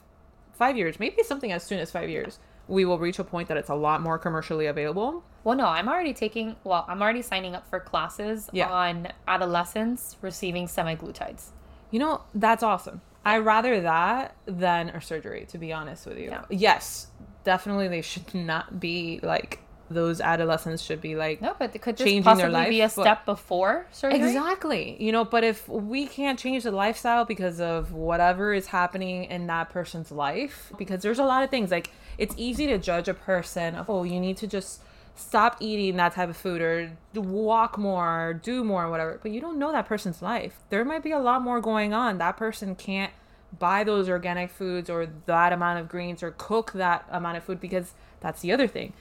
five years, maybe something as soon as five years, we will reach a point that it's a lot more commercially available.
Well, no, I'm already taking well, I'm already signing up for classes
Yeah.
on adolescents receiving semaglutides.
You know, that's awesome. I rather that than a surgery, to be honest with you.
Yeah.
Yes, definitely they should not be like those adolescents should be like
No, but could this
Changing their
possibly be a
life, but-
step before surgery?
Exactly. You know, but if we can't change the lifestyle because of whatever is happening in that person's life, because there's a lot of things like it's easy to judge a person of, oh, you need to just stop eating that type of food or walk more, do more, whatever. But you don't know that person's life. There might be a lot more going on. That person can't buy those organic foods or that amount of greens or cook that amount of food because that's the other thing.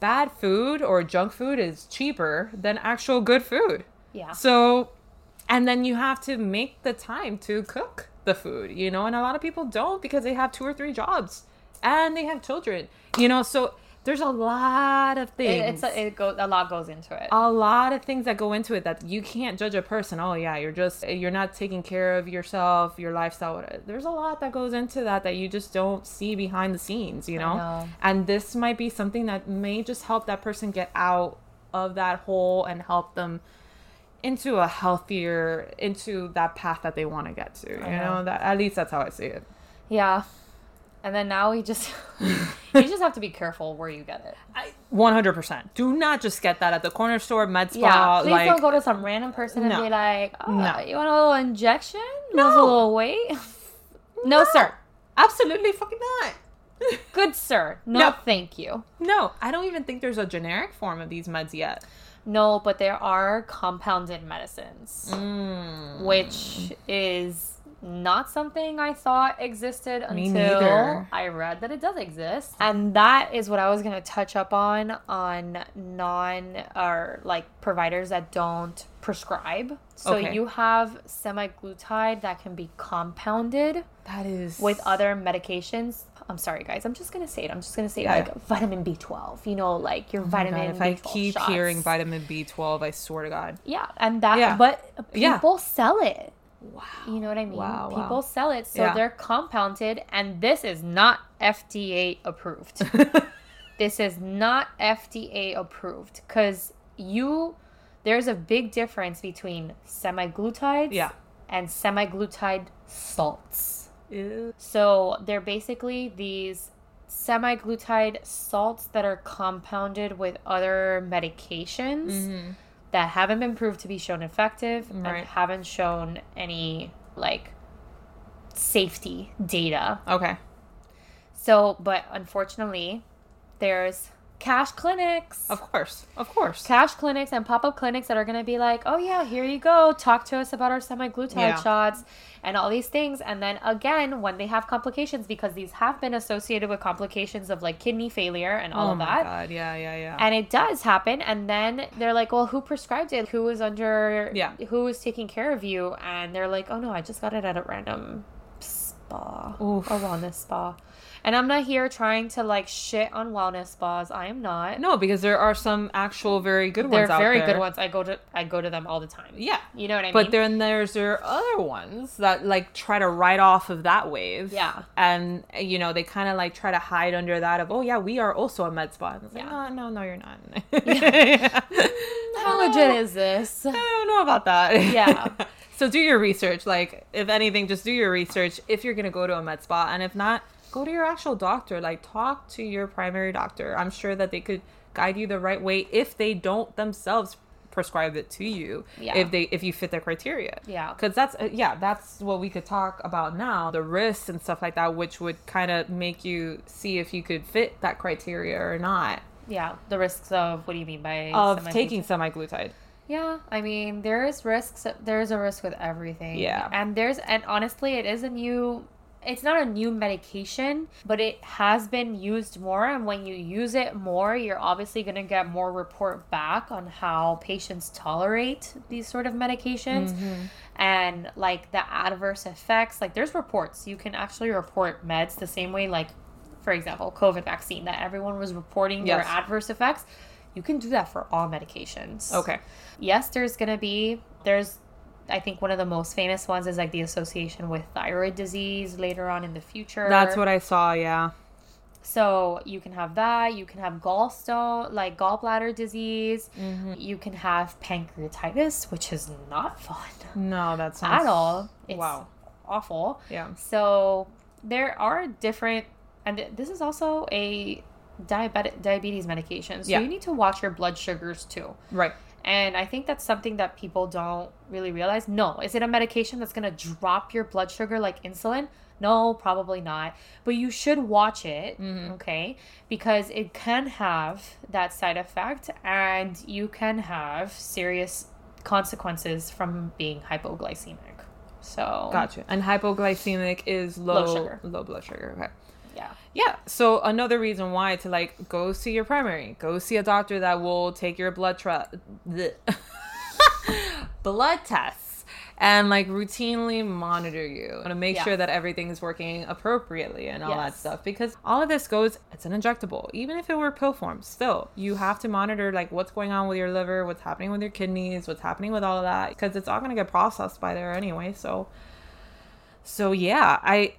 Bad food or junk food is cheaper than actual good food.
Yeah.
So, and then you have to make the time to cook the food, you know, and a lot of people don't because they have two or three jobs and they have children, you know, so there's a lot of
It,
things.
it's a, it go, a lot goes into it.
a lot of things that go into it that you can't judge a person. Oh yeah, you're just you're not taking care of yourself, your lifestyle. whatever. There's a lot that goes into that that you just don't see behind the scenes, you know?
know.
And this might be something that may just help that person get out of that hole and help them into a healthier into that path that they want to get to you know.
know.
that at least that's how i see it
yeah. And then now we just you just have to be careful where you get it.
I, 100% do not just get that at the corner store med spa
Yeah. Please
like
don't go to some random person
No.
and be like, oh,
No.
you want a little injection? Lose
No.
a little weight? no, sir.
absolutely fucking not
Good sir. No,
No.
thank you.
no i don't even think there's a generic form of these meds yet
No, but there are compounded medicines,
Mm.
which is not something I thought existed
Me
until
neither.
I read that it does exist. And that is what I was going to touch up on on non or like providers that don't prescribe. So
Okay.
you have semiglutide that can be compounded
that is
with other medications. I'm sorry, guys. I'm just gonna say it. I'm just gonna say
Yeah. Oh
like vitamin B12. You know, like your
God,
vitamin.
if i
B12
keep
shots.
hearing vitamin b12 i swear to god
Yeah, and that.
Yeah.
But people
Yeah.
sell it.
wow
You know what I mean?
Wow, wow.
people sell it, so
Yeah.
they're compounded, and this is not FDA approved. this is not FDA approved because you. There's a big difference between semiglutides
Yeah.
and semiglutide salts.
Ew.
So they're basically these semi-glutide salts that are compounded with other medications that haven't been proved to be shown effective
Mm-hmm. Right.
and haven't shown any like safety data.
okay
So, but unfortunately, there's cash clinics.
of course of course
Cash clinics and pop up clinics that are going to be like, oh, yeah, here you go. Talk to us about our semi-glutide
Yeah.
shots and all these things. And then again, when they have complications, because these have been associated with complications of like kidney failure and all
oh
of
my
that.
god yeah yeah yeah
And it does happen. And then they're like, well, who prescribed it? Who was under,
Yeah.
who was taking care of you? And they're like, oh, no, I just got it at a random spa,
Oof.
a wellness spa. And I'm not here trying to like shit on wellness spas. I am not.
No, because there are some actual very good
They're
ones out
very
there.
good ones. I go to I go to them all the time.
Yeah.
You know what I mean?
But then there's there are other ones that like try to ride off of that wave.
Yeah.
And you know, they kinda like try to hide under that of, Oh yeah, we are also a med spa. And it's like,
Yeah.
oh, no, no, you're not.
how legit is this?
I don't know about that.
Yeah.
so do your research. Like, if anything, just do your research if you're going to go to a med spa. And if not, go to your actual doctor. Like, talk to your primary doctor. I'm sure that they could guide you the right way if they don't themselves prescribe it to you
Yeah.
if they if you fit their criteria
Yeah.
because that's uh, yeah that's what we could talk about now the risks and stuff like that which would kind of make you see if you could fit that criteria or not
Yeah, the risks of what do you mean by
of
semi-gluten?
taking semi-glutide
Yeah, I mean there is risks. There is a risk with everything.
Yeah.
and there's and honestly, it is a new. It's not a new medication, but it has been used more. And when you use it more, you're obviously going to get more report back on how patients tolerate these sort of medications
Mm-hmm.
and like the adverse effects. Like, there's reports. You can actually report meds the same way, like, for example, COVID vaccine that everyone was reporting
Yes.
their adverse effects. You can do that for all medications
okay
yes, there's going to be, there's, I think one of the most famous ones is like the association with thyroid disease later on in the future.
That's what I saw, yeah.
So you can have that. You can have gallstone, like gallbladder disease.
Mm-hmm.
You can have pancreatitis, which is not fun
No, that sounds
at all. It's
wow.
awful.
Yeah.
So there are different, and th- this is also a diabetic diabetes medication. So
Yeah.
you need to watch your blood sugars too.
Right.
And I think that's something that people don't really realize. No, is it a medication that's going to drop your blood sugar like insulin? No, probably not. But you should watch it, okay? Because it can have that side effect and you can have serious consequences from being hypoglycemic. So,
Gotcha. And hypoglycemic is low,
sugar.
Low blood sugar. Okay.
yeah.
Yeah. So another reason why to like go see your primary, go see a doctor that will take your blood tra- bleh. blood tests and like routinely monitor you to make
Yeah.
sure that everything is working appropriately and all that
Yes.
stuff because all of this goes it's an injectable even if it were pill form still you have to monitor like what's going on with your liver what's happening with your kidneys what's happening with all of that because it's all going to get processed by there anyway so so yeah i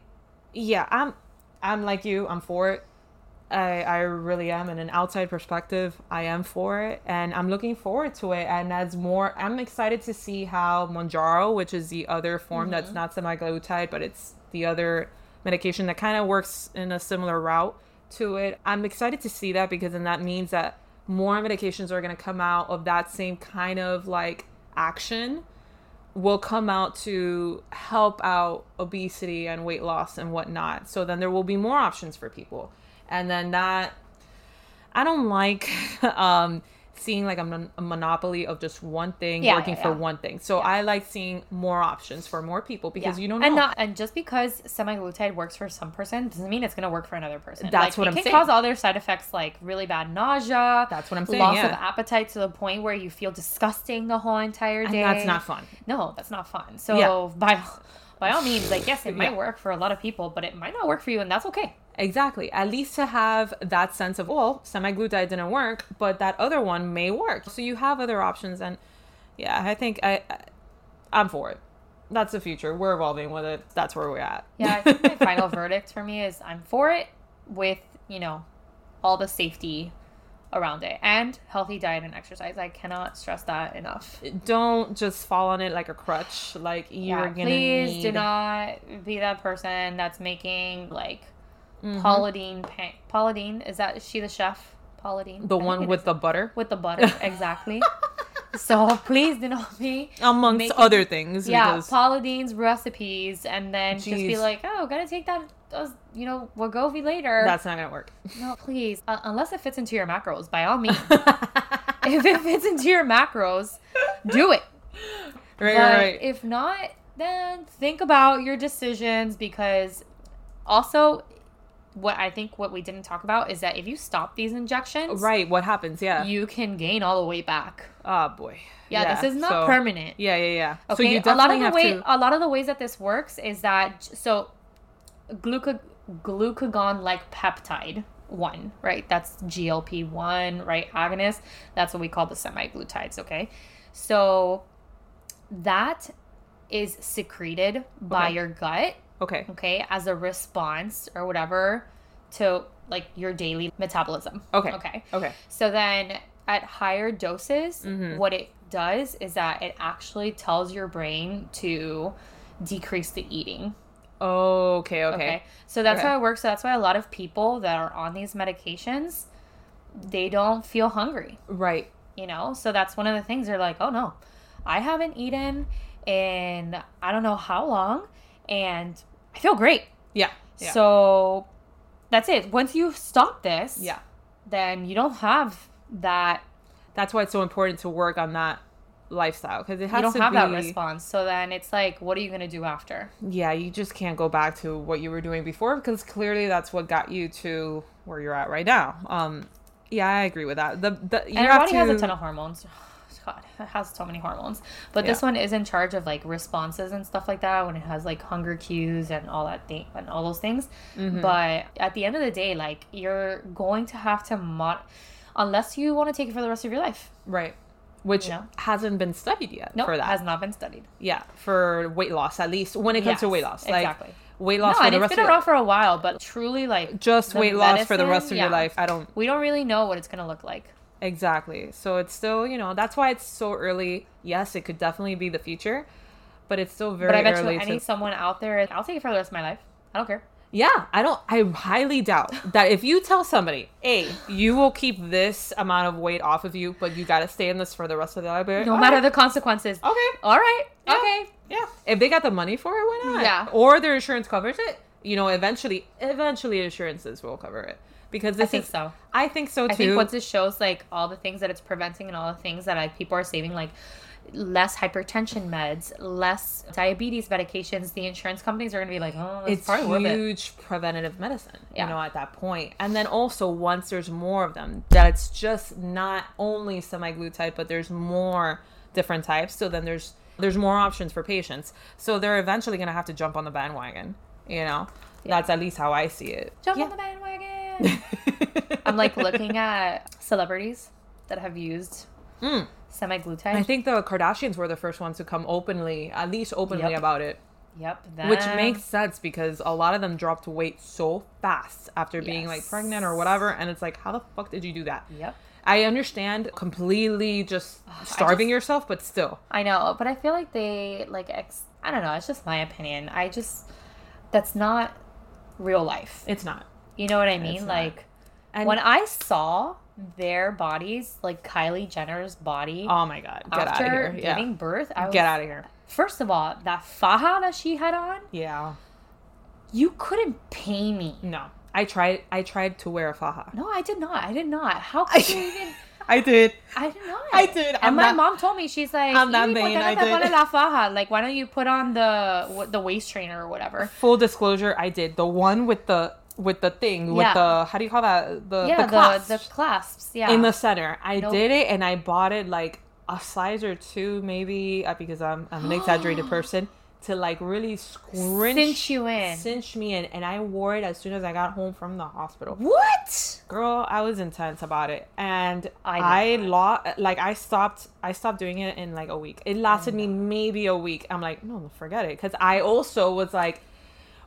yeah i'm i'm like you i'm for it i i really am in an outside perspective i am for it and i'm looking forward to it and as more i'm excited to see how monjaro which is the other form that's not semaglutide but it's the other medication that kind of works in a similar route to it i'm excited to see that because then that means that more medications are going to come out of that same kind of like action will come out to help out obesity and weight loss and whatnot. So then there will be more options for people. And then that, I don't like um, seeing like a, mon- a monopoly of just one thing
Yeah,
working
yeah,
for
yeah.
one thing. So I like seeing more options for more people because
Yeah.
you don't know.
and not and just because semaglutide works for some person doesn't mean it's going to work for another person. Like,
That's what
it
I'm
can
saying.
cause other side effects like really bad nausea.
That's what I'm saying,
Loss
yeah.
of appetite to the point where you feel disgusting the whole entire
and
day.
that's not fun.
No, that's not fun. So
Yeah.
by by all means, like yes, it might
Yeah.
work for a lot of people, but it might not work for you, and that's okay.
Exactly. At least to have that sense of, well, semi-glutide didn't work, but that other one may work. So you have other options, and yeah, I think I, I I'm for it. That's the future. We're evolving with it. That's where we're at.
Yeah, I think my final verdict for me is I'm for it with you know all the safety around it and healthy diet and exercise. I cannot stress that enough.
Don't just fall on it like a crutch. Like you're
yeah,
gonna
please
need.
do not be that person that's making like
Mm-hmm.
Paula Deen pa- Paula Deen is that is she the chef? Paula Deen,
The
I think
one
it
with
is.
the butter,
with the butter exactly. so please do not be
amongst
making-
other things.
yeah
because-
Paula Deen's recipes, and then just be
Jeez.
like, oh, gotta take that. those you know, Wagovi later.
that's not gonna work.
no, please. Uh, unless it fits into your macros, by all means. if it fits into your macros, do it.
Right,
But
right, right.
if not, then think about your decisions because also what I think what we didn't talk about is that if you stop these injections,
Right. What happens? Yeah.
you can gain all the weight back.
oh boy.
Yeah, this is not
so-
permanent.
Yeah, yeah, yeah. so
Okay,
you
a lot
definitely
of the
have
way
to.
a lot of the ways that this works is that j- so gluca, glucagon like peptide one, right? That's GLP one, right? Agonist. That's what we call the semi-glutides. Okay, so that is secreted by
Okay.
your gut,
Okay.
okay, as a response or whatever to like your daily metabolism.
Okay.
Okay.
Okay.
So then at higher doses,
Mm-hmm.
what it does is that it actually tells your brain to decrease the eating.
Okay, okay.
Okay. So that's
Okay.
how it works. So that's why a lot of people that are on these medications, they don't feel hungry,
Right.
you know? So that's one of the things they're like, oh no, I haven't eaten in I don't know how long and I feel great.
Yeah. yeah.
So that's it. Once you stop this,
yeah.
then you don't have that
That's why it's so important to work on that lifestyle because it has
you don't
to
have that
be-
response. So then it's like, what are you gonna do after?
Yeah, you just can't go back to what you were doing before because clearly that's what got you to where you're at right now. Um, yeah, I agree with that. The, the you
And our
have
body
to
has a ton of hormones. God, it has so many hormones. But this
Yeah.
one is in charge of like responses and stuff like that when it has like hunger cues and all that thing and all those things.
Mm-hmm.
But at the end of the day, like you're going to have to mod unless you want to take it for the rest of your life.
right, which
No.
hasn't been studied yet
No,
for that.
has not been studied.
yeah, for weight loss at least when it comes to
Yes,
weight loss,
exactly.
like weight loss
no,
for
and
the
it's
rest
been
of your
around for a while, but truly like
just
the
weight loss for the
medicine,
rest of
yeah.
your life. I don't
We don't really know what it's gonna look like.
Exactly. So it's still, you know, that's why it's so early. Yes, it could definitely be the future, but it's still very
But I bet you
early.
any
to,
someone out there, I'll take it for the rest of my life. I don't care.
Yeah, I don't. I highly doubt that if you tell somebody, "Hey, you will keep this amount of weight off of you, but you got to stay in this for the rest of the library,"
No matter the consequences.
Okay.
All right.
Yeah.
Okay.
Yeah. If they got the money for it, why not?
Yeah.
Or their insurance covers it. You know, eventually, eventually, insurances will cover it because this
I think
is.
so.
I think so too.
I think once it shows like all the things that it's preventing and all the things that like people are saving, like less hypertension meds, less diabetes medications, the insurance companies are gonna be like, oh, that's
it's
probably worth it.
huge preventative medicine
Yeah.
you know at that point and then also once there's more of them that it's just not only semi-glutide but there's more different types so then there's there's more options for patients so they're eventually going to have to jump on the bandwagon you know that's at least how i see it
Jump
Yeah.
on the bandwagon. I'm like looking at celebrities that have used
Mm.
semi-glutide.
i think the kardashians were the first ones to come openly at least openly
Yep.
about it
yep.
Which
them.
makes sense because a lot of them dropped weight so fast after being like pregnant or
Yes.
whatever. And it's like, how the fuck did you do that?
Yep.
I understand completely just starving
just-
yourself, but still.
I know, but I feel like they like ex. I don't know. It's just my opinion. I just that's not real life.
It's not.
You know what I
It's
mean?
not.
Like
And
when I saw their bodies, like Kylie Jenner's body
oh my god, get out
after
of here. Yeah.
giving birth, I was,
Get out of here.
First of all, that faja that she had on,
Yeah.
you couldn't pay me.
No. I tried I tried to wear a faja.
No, I did not. I did not. How could you even?
I did.
I did not.
I did. I'm
and my
not-
mom told me she's like,
I'm not
"Ew, ¿por qué
vain,
no
I
te
did."
pones la faja? Like, why don't you put on the what, the waist trainer or whatever?
Full disclosure, I did. The one with the with the thing, with
Yeah.
the how do you call that? The
yeah,
the clasp
the, clasps. Yeah.
in the center. I
Nope.
did it and I bought it like a size or two maybe uh, because I'm I'm an exaggerated person. To like really scrunch,
Cinch you in.
cinch me in, and I wore it as soon as I got home from the hospital.
what?
girl i was intense about it and i,
I
I
know.
lo- like i stopped i stopped doing it in like a week it lasted me maybe a week i'm like no forget it because i also was like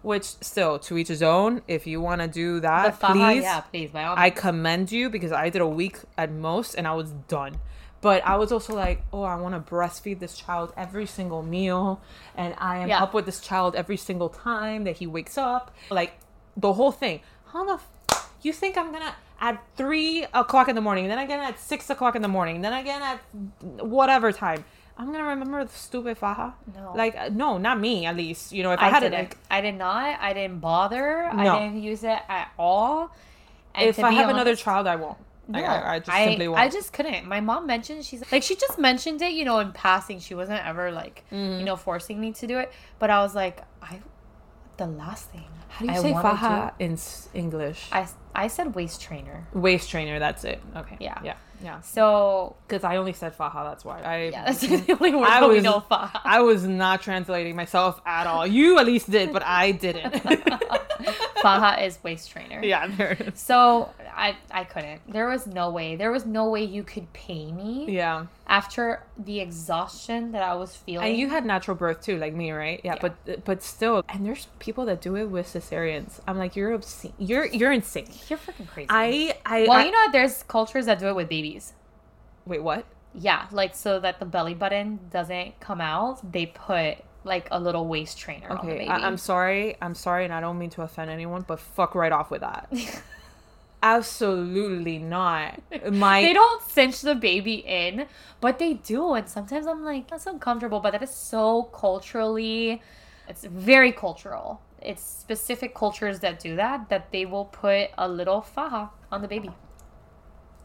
which still to each his own if you want to do
The
that
faja,
please
"Oh, yeah, please. My mom.
i commend you because i did a week at most and i was done but i was also like oh i want to breastfeed this child every single meal and i am
Yeah.
up with this child every single time that he wakes up like the whole thing how the f- you think i'm gonna at three o'clock in the morning then again at six o'clock in the morning then again at whatever time i'm gonna remember the stupid faja
No.
like uh, no not me at least you know if i,
I,
had it
didn't.
like
I did not. I didn't bother.
No.
I didn't use it at all. And
if
to
i
be
have another
honest-
child i won't Like,
No,
I, I just simply won't
I just couldn't. My mom mentioned she's like she just mentioned it, you know, in passing. She wasn't ever like
Mm-hmm.
you know forcing me to do it, but I was like, I the last thing.
How do you
I
say
wanna
faja
do-
in s- English?
I I said waist trainer.
Waist trainer, that's it. Okay.
Yeah.
Yeah. Yeah.
So
Because I only said faja, that's why. I,
yeah, that's the only word
I
that we
was-
know. Faja.
I was not translating myself at all. You at least did, but I didn't.
faja is waist trainer.
yeah, there it is.
So I I couldn't. There was no way. There was no way you could pay me
Yeah.
after the exhaustion that I was feeling.
And you had natural birth too, like me, right? Yeah, but but still, and there's people that do it with cesareans. I'm like, you're obscene. You're you're insane.
you're freaking crazy.
I I
well,
I-
you know what? There's cultures that do it with babies.
wait, what?
Yeah, like so that the belly button doesn't come out, they put like a little waist trainer on the
Okay,
baby.
I, I'm sorry. I'm sorry, and I don't mean to offend anyone, but fuck right off with that. Absolutely not. My
they don't cinch the baby in, but they do. And sometimes I'm like, that's uncomfortable, but that is so culturally, it's very cultural. It's specific cultures that do that, that they will put a little faja on the baby.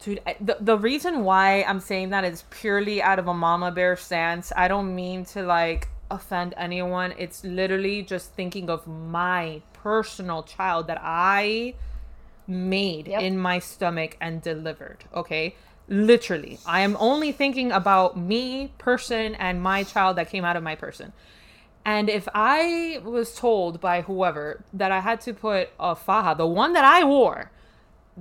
Dude, I, the, the reason why I'm saying that is purely out of a mama bear stance. I don't mean to like offend anyone. It's literally just thinking of my personal child that I made
Yep.
in my stomach and delivered, okay? Literally. I am only thinking about me, person, and my child that came out of my person. And if I was told by whoever that I had to put a faja, the one that I wore,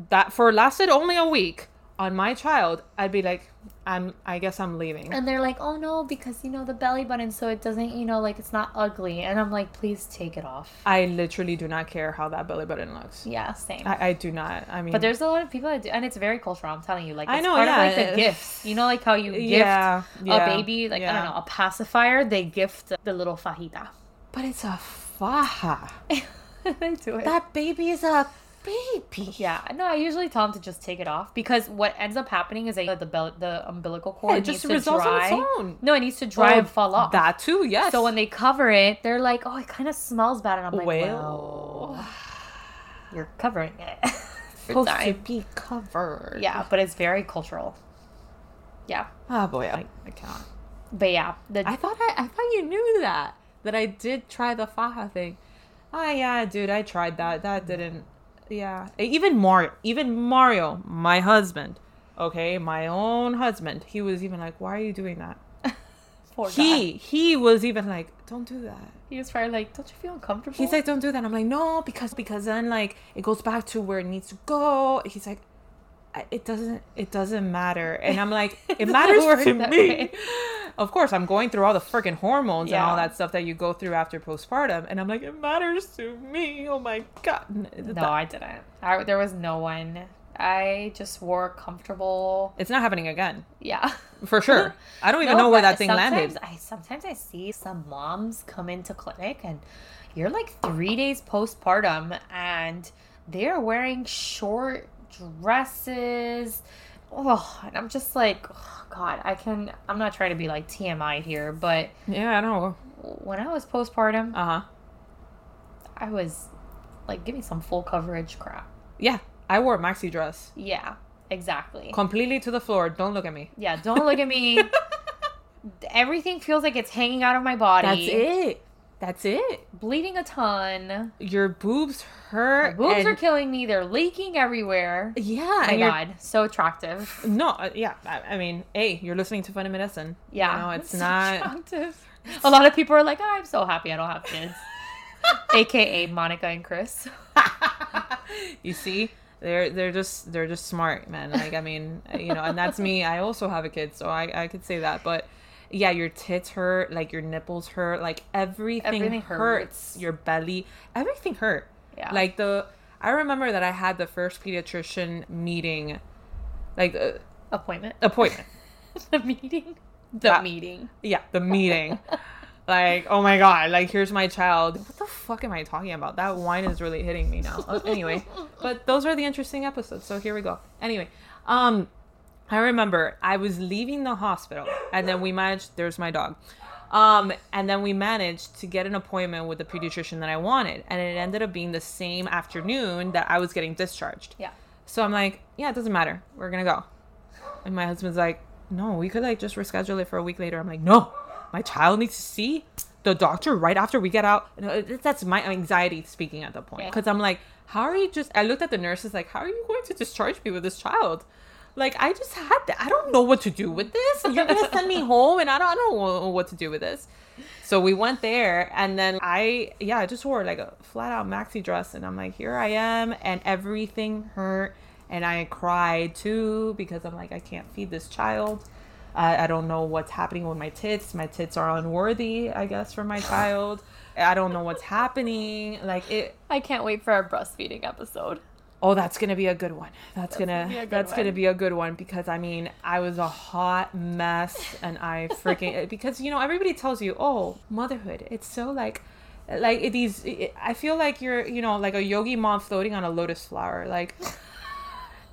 that for lasted only a week on my child, I'd be like, I'm I guess I'm leaving.
And they're like, oh no, because you know the belly button, so it doesn't, you know, like it's not ugly. And I'm like, please take it off.
I literally do not care how that belly button looks.
Yeah, same.
I, I do not. I mean
But there's a lot of people that do, and it's very cultural. I'm telling you, like it's
I know,
part
yeah,
of like the
it-
gifts. You know, like how you gift
Yeah, yeah,
a baby, like I
yeah.
don't know, a pacifier. They gift the little fajita.
But it's a faja.
they do it.
That baby is a baby.
yeah, no, I usually tell them to just take it off because what ends up happening is that the bel- the umbilical cord
it
needs
just
to
resolves on
dry.
its own. Oh,
No, it needs to dry and
Or
fall off.
That too, yes.
So when they cover it, they're like, "Oh, it kind of smells bad," and I'm like,
Well.
"Well, you're covering it."
supposed to
Sorry.
be covered.
yeah, but it's very cultural. Yeah,
Oh boy, I, I can't.
but yeah, the
I thought I, I thought you knew that that I did try the faja thing. Ah yeah, dude, I tried that. That didn't. Yeah, E, even Mario, even Mario, my husband. Okay, my own husband. He was even like, "Why are you doing that?"
poor guy.
He he was even like, "Don't do that."
He was probably like, "Don't you feel uncomfortable?"
He's like, "Don't do that." I'm like, "No, because because then like it goes back to where it needs to go." He's like, I- "It doesn't it doesn't matter," and I'm like, "It
doesn't
matters
work
to
that
me."
way.
Of course, I'm going through all the freaking hormones and all
Yeah.
that stuff that you go through after postpartum, and I'm like, "It matters to me." Oh my god. N-
"No,
that-
I didn't. I, there was no one. I just wore comfortable.
it's not happening again
Yeah."
for sure. I don't even know where
but
that thing landed.
Oh, sometimes I sometimes I see some moms come into clinic and you're like three days postpartum and they're wearing short dresses. Oh, and I'm just like, oh, God, I can. I'm not trying to be like TMI here, but
Yeah, I don't know.
when I was postpartum,
Uh huh.
I was like, give me some full coverage crap.
Yeah, I wore a maxi dress
Yeah, exactly.
completely to the floor. Don't look at me.
Yeah, don't look at me. Everything feels like it's hanging out of my body.
That's it. That's it.
Bleeding a ton.
your boobs hurt.
My boobs
and-
are killing me. They're leaking everywhere. Oh
Yeah.
My
and you're-
God, so attractive.
No, uh, yeah. I, I mean, hey, you're listening to Funimedicine.
Yeah,
You know, it's
so
not.
attractive. A lot of people are like, oh, "I'm so happy I don't have kids," aka Monica and Chris.
you see, they're they're just they're just smart, man. Like I mean, uh, you know, and that's me. I also have a kid, so I I could say that, but. Yeah, your tits hurt, like your nipples hurt, like everything,
Everything
hurts.
hurts.
Your belly, everything hurt.
Yeah,
Like the, I remember that I had the first pediatrician meeting, like uh,
appointment,
appointment.
the meeting, the
That-
meeting.
Yeah, the meeting. like, oh my god, like here's my child. What the fuck am I talking about? That wine is really hitting me now. Uh, anyway, but those are the interesting episodes. So here we go. Anyway, um I remember I was leaving the hospital and then we managed there's my dog. Um and then we managed to get an appointment with the pediatrician that I wanted and it ended up being the same afternoon that I was getting discharged.
Yeah,
So I'm like, yeah, it doesn't matter. We're gonna go. And my husband's like, no, we could like just reschedule it for a week later. I'm like, no, my child needs to see the doctor right after we get out. And it- that's my anxiety speaking at that point
Yeah.
because I'm like, how are you just? I looked at the nurses like, how are you going to discharge me with this child? Like I just had that. I don't know what to do with this. You're gonna send me home, and I don't, I don't know what to do with this. So we went there, and then I, yeah, I just wore like a flat out maxi dress, and I'm like, here I am, and everything hurt, and I cried too because I'm like, I can't feed this child. I, I don't know what's happening with my tits. My tits are unworthy, I guess, for my child. I don't know what's happening. Like it.
I can't wait for our breastfeeding episode.
Oh, that's gonna be a good one. That's, gonna,
be a good
that's gonna
one.
be a good one because I mean I was a hot mess and I freaking because you know everybody tells you oh motherhood it's so like like it- these it, I feel like you're you know like a yogi mom floating on a lotus flower like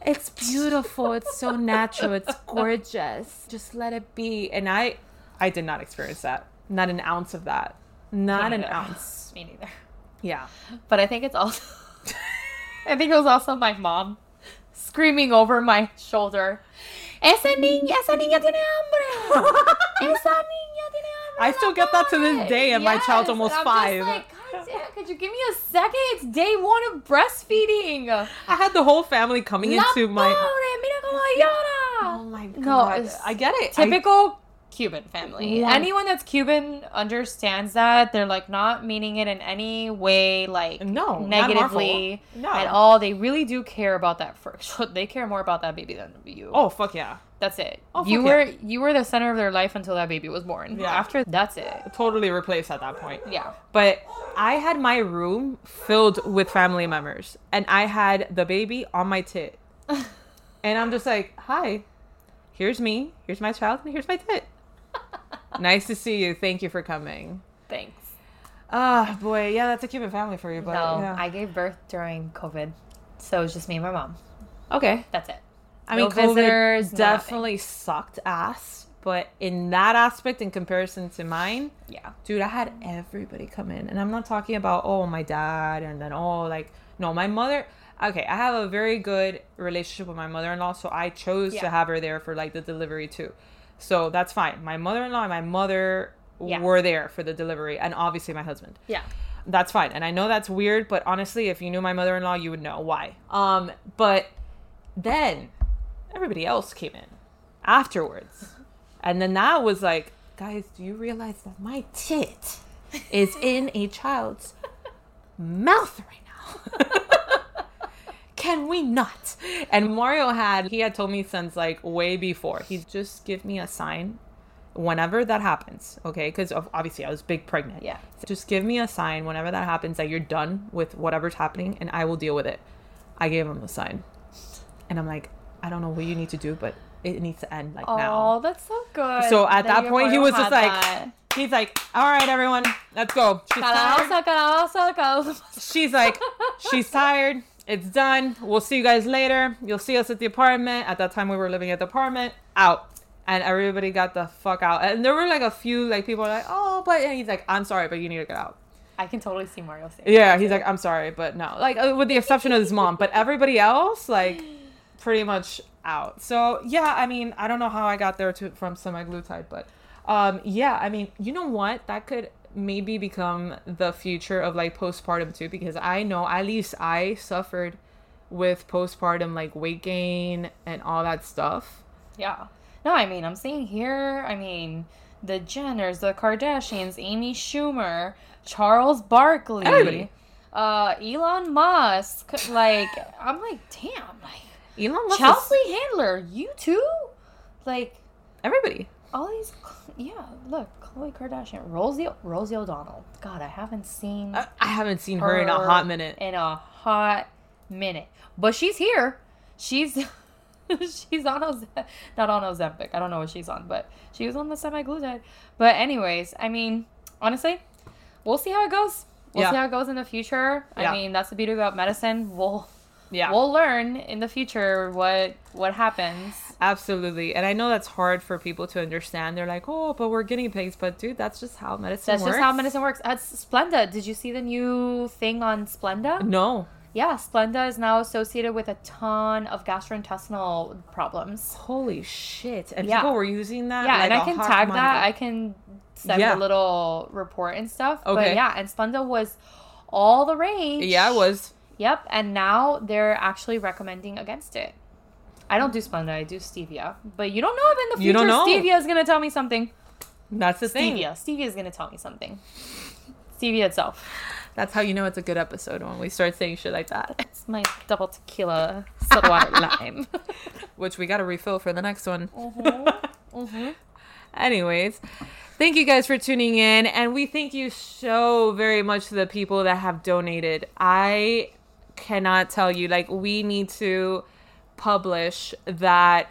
it's beautiful it's so natural it's gorgeous just let it be and I I did not experience that not an ounce of that not an
neither.
ounce
Me neither.
yeah
But I think it's also, I think it was also my mom screaming over my shoulder. Esa niña, esa niña tiene hambre. Esa niña tiene hambre.
I still get that to this day and my child's
Yes,
almost
and I'm
five.
just like, God damn, could you give me a second? It's day one of breastfeeding.
I had the whole family coming
La
into my. Oh
pobre, mira cómo llora.
my
it's
I get it. I-
Typical Cuban family.
Yeah.
Anyone that's Cuban understands that. They're like not meaning it in any way, like
no, not harmful.
negatively
No.
at all. They really do care about that first. They care more about that baby than you.
Oh fuck yeah!
that's it.
oh,
you
fuck
were you were the center of their life until that baby was born.
Yeah.
After that's it.
Totally replaced at that point.
Yeah.
But I had my room filled with family members, and I had the baby on my tit, and I'm just like, "Hi, here's me. Here's my child, and here's my tit. nice to see you. Thank you for coming."
Thanks.
Ah, boy, yeah, that's a Cuban family for you, but
no,
yeah.
I gave birth during COVID, so it was just me and my mom.
okay.
That's it.
I
No
mean, COVID
visitors, no
definitely sucked ass, but in that aspect, in comparison to mine,
Yeah.
dude, I had everybody come in, and I'm not talking about oh my dad, and then oh like no, my mother. Okay, I have a very good relationship with my mother-in-law, so I chose to
Yeah.
have her there for like the delivery too, so that's fine. My mother-in-law and my mother
Yeah.
were there for the delivery, and obviously my husband
Yeah.
that's fine. And I know that's weird, but honestly, if you knew my mother in law, you would know why. Um, but then everybody else came in afterwards. And then that was like, guys, do you realize that my tit is in a child's mouth right now? Can we not? And Mario had, he had told me since like way before, he just give me a sign whenever that happens, okay? Because obviously I was big pregnant.
Yeah.
Just give me a sign whenever that happens that you're done with whatever's happening and I will deal with it. I gave him the sign. And I'm like, I don't know what you need to do, but it needs to end like
Oh,
now.
that's so good.
So at that
your
point, he
mom
was
had
just like,
that.
he's like, all right, everyone, let's go. She's tired.
Calabaza, calabaza, calabaza.
She's like, she's tired. It's done. We'll see you guys later. You'll see us at the apartment. At that time, we were living at the apartment. Out. And everybody got the fuck out. And there were like a few like people like, oh, but and he's like, I'm sorry, but you need to get out.
I can totally see Mario saying.
Yeah, he's like, I'm sorry, but no. Like uh, with the exception of his mom, but everybody else like pretty much out. So yeah, I mean, I don't know how I got there to from semaglutide, but um, yeah, I mean, you know what? That could maybe become the future of like postpartum too, because I know at least I suffered with postpartum like weight gain and all that stuff.
Yeah. No, I mean, I'm seeing here, I mean, the Jenners, the Kardashians, Amy Schumer, Charles Barkley,
Everybody.
uh, Elon Musk. Like, I'm like, damn, like,
Elon Musk, is-
Chelsea Handler, you too? Like,
everybody.
all these, yeah, look, Khloe Kardashian, Rosie, Rosie O'Donnell. God, I haven't seen
Uh, I, I haven't seen her in a hot minute.
in a hot minute. But she's here. She's she's on Oze- not on Ozempic. I don't know what she's on, but she was on the semi-glutide. But anyways, I mean, honestly, we'll see how it goes. We'll
Yeah.
see how it goes in the future.
Yeah.
I mean, that's the beauty about medicine. We'll
Yeah.
we'll learn in the future what what happens.
Absolutely. And I know that's hard for people to understand. They're like, oh, but we're guinea pigs. But dude, that's just how medicine
That's
works.
just how medicine works. That's Splenda. Did you see the new thing on Splenda?
No.
Yeah, Splenda is now associated with a ton of gastrointestinal problems.
Holy shit. And
Yeah.
people were using that.
yeah,
like
and I
a
can
hot
tag
commodity.
that. I can send
Yeah.
a little report and stuff.
Okay.
But yeah, and Splenda was all the rage.
Yeah, I was.
Yep, and now they're actually recommending against it. I don't do Splenda. I do stevia. But you don't know if in the
You don't
future
know.
stevia is gonna tell me something.
That's the thing.
Stevia, stevia is gonna tell me something. Stevia itself.
That's how you know it's a good episode when we start saying shit like that.
It's my double tequila soda water lime.
Which we got to refill for the next one.
Mhm.
Anyways, thank you guys for tuning in. And we thank you so very much to the people that have donated. I cannot tell you, like, we need to publish that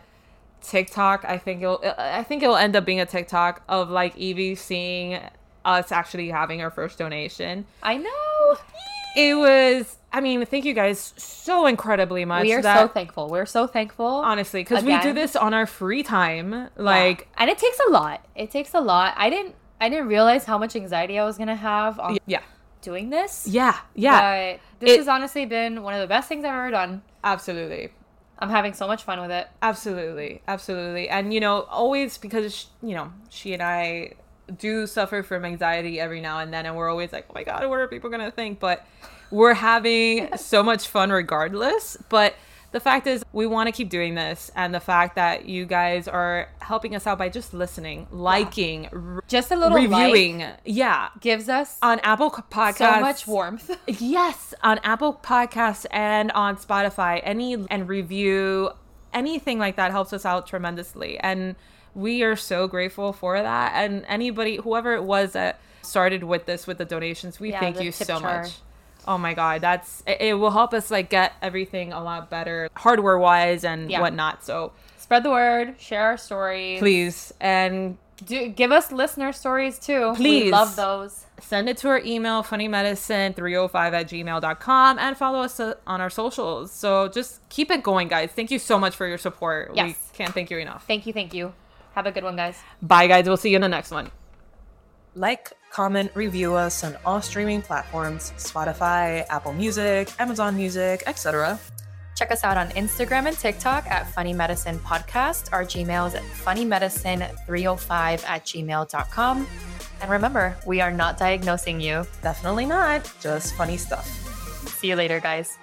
TikTok. I think it'll, I think it'll end up being a TikTok of like Evie seeing us actually having our first donation.
I know.
It was, I mean, thank you guys so incredibly much.
We are
that,
so thankful. We're so thankful.
honestly, because we do
Again.
this on our free time. Like,
Yeah. and it takes a lot it takes a lot i didn't i didn't realize how much anxiety i was gonna have on
yeah,
doing this
yeah, yeah,
but this
It-
has honestly been one of the best things i've ever done
absolutely.
i'm having so much fun with it
Absolutely, absolutely, and you know, always because sh you know she and I do suffer from anxiety every now and then, and we're always like, oh my god, what are people gonna think? But we're having so much fun regardless. But the fact is, we want to keep doing this, and the fact that you guys are helping us out by just listening, liking, re-
just a little reviewing
reviewing, yeah,
gives us
on Apple Podcasts,
so much warmth
Yes, on Apple Podcasts and on Spotify. Any and review, anything like that helps us out tremendously. And we are so grateful for that. And anybody, whoever it was that started with this with the donations, we
Yeah,
thank
the
you
tip
so
jar.
much. Oh my God, that's it, it will help us like get everything a lot better hardware wise and
Yeah.
whatnot. So
Spread the word, share our stories.
Please. And
Do, give us listener stories too. We
Please.
love those.
send it to our email, funnymedicine305 at gmail.com, and follow us uh, on our socials. So just keep it going, guys. Thank you so much for your support. We
Yes.
can't thank you enough.
Thank you, thank you. Have a good one, guys.
Bye, guys. We'll see you in the next one.
Like, comment, review us on all streaming platforms Spotify, Apple Music, Amazon Music, etc.
Check us out on Instagram and TikTok at Funny Medicine Podcast. Our Gmail is at funnymedicine305 at gmail.com. And remember, we are not diagnosing you.
Definitely not, just funny stuff.
See you later, guys.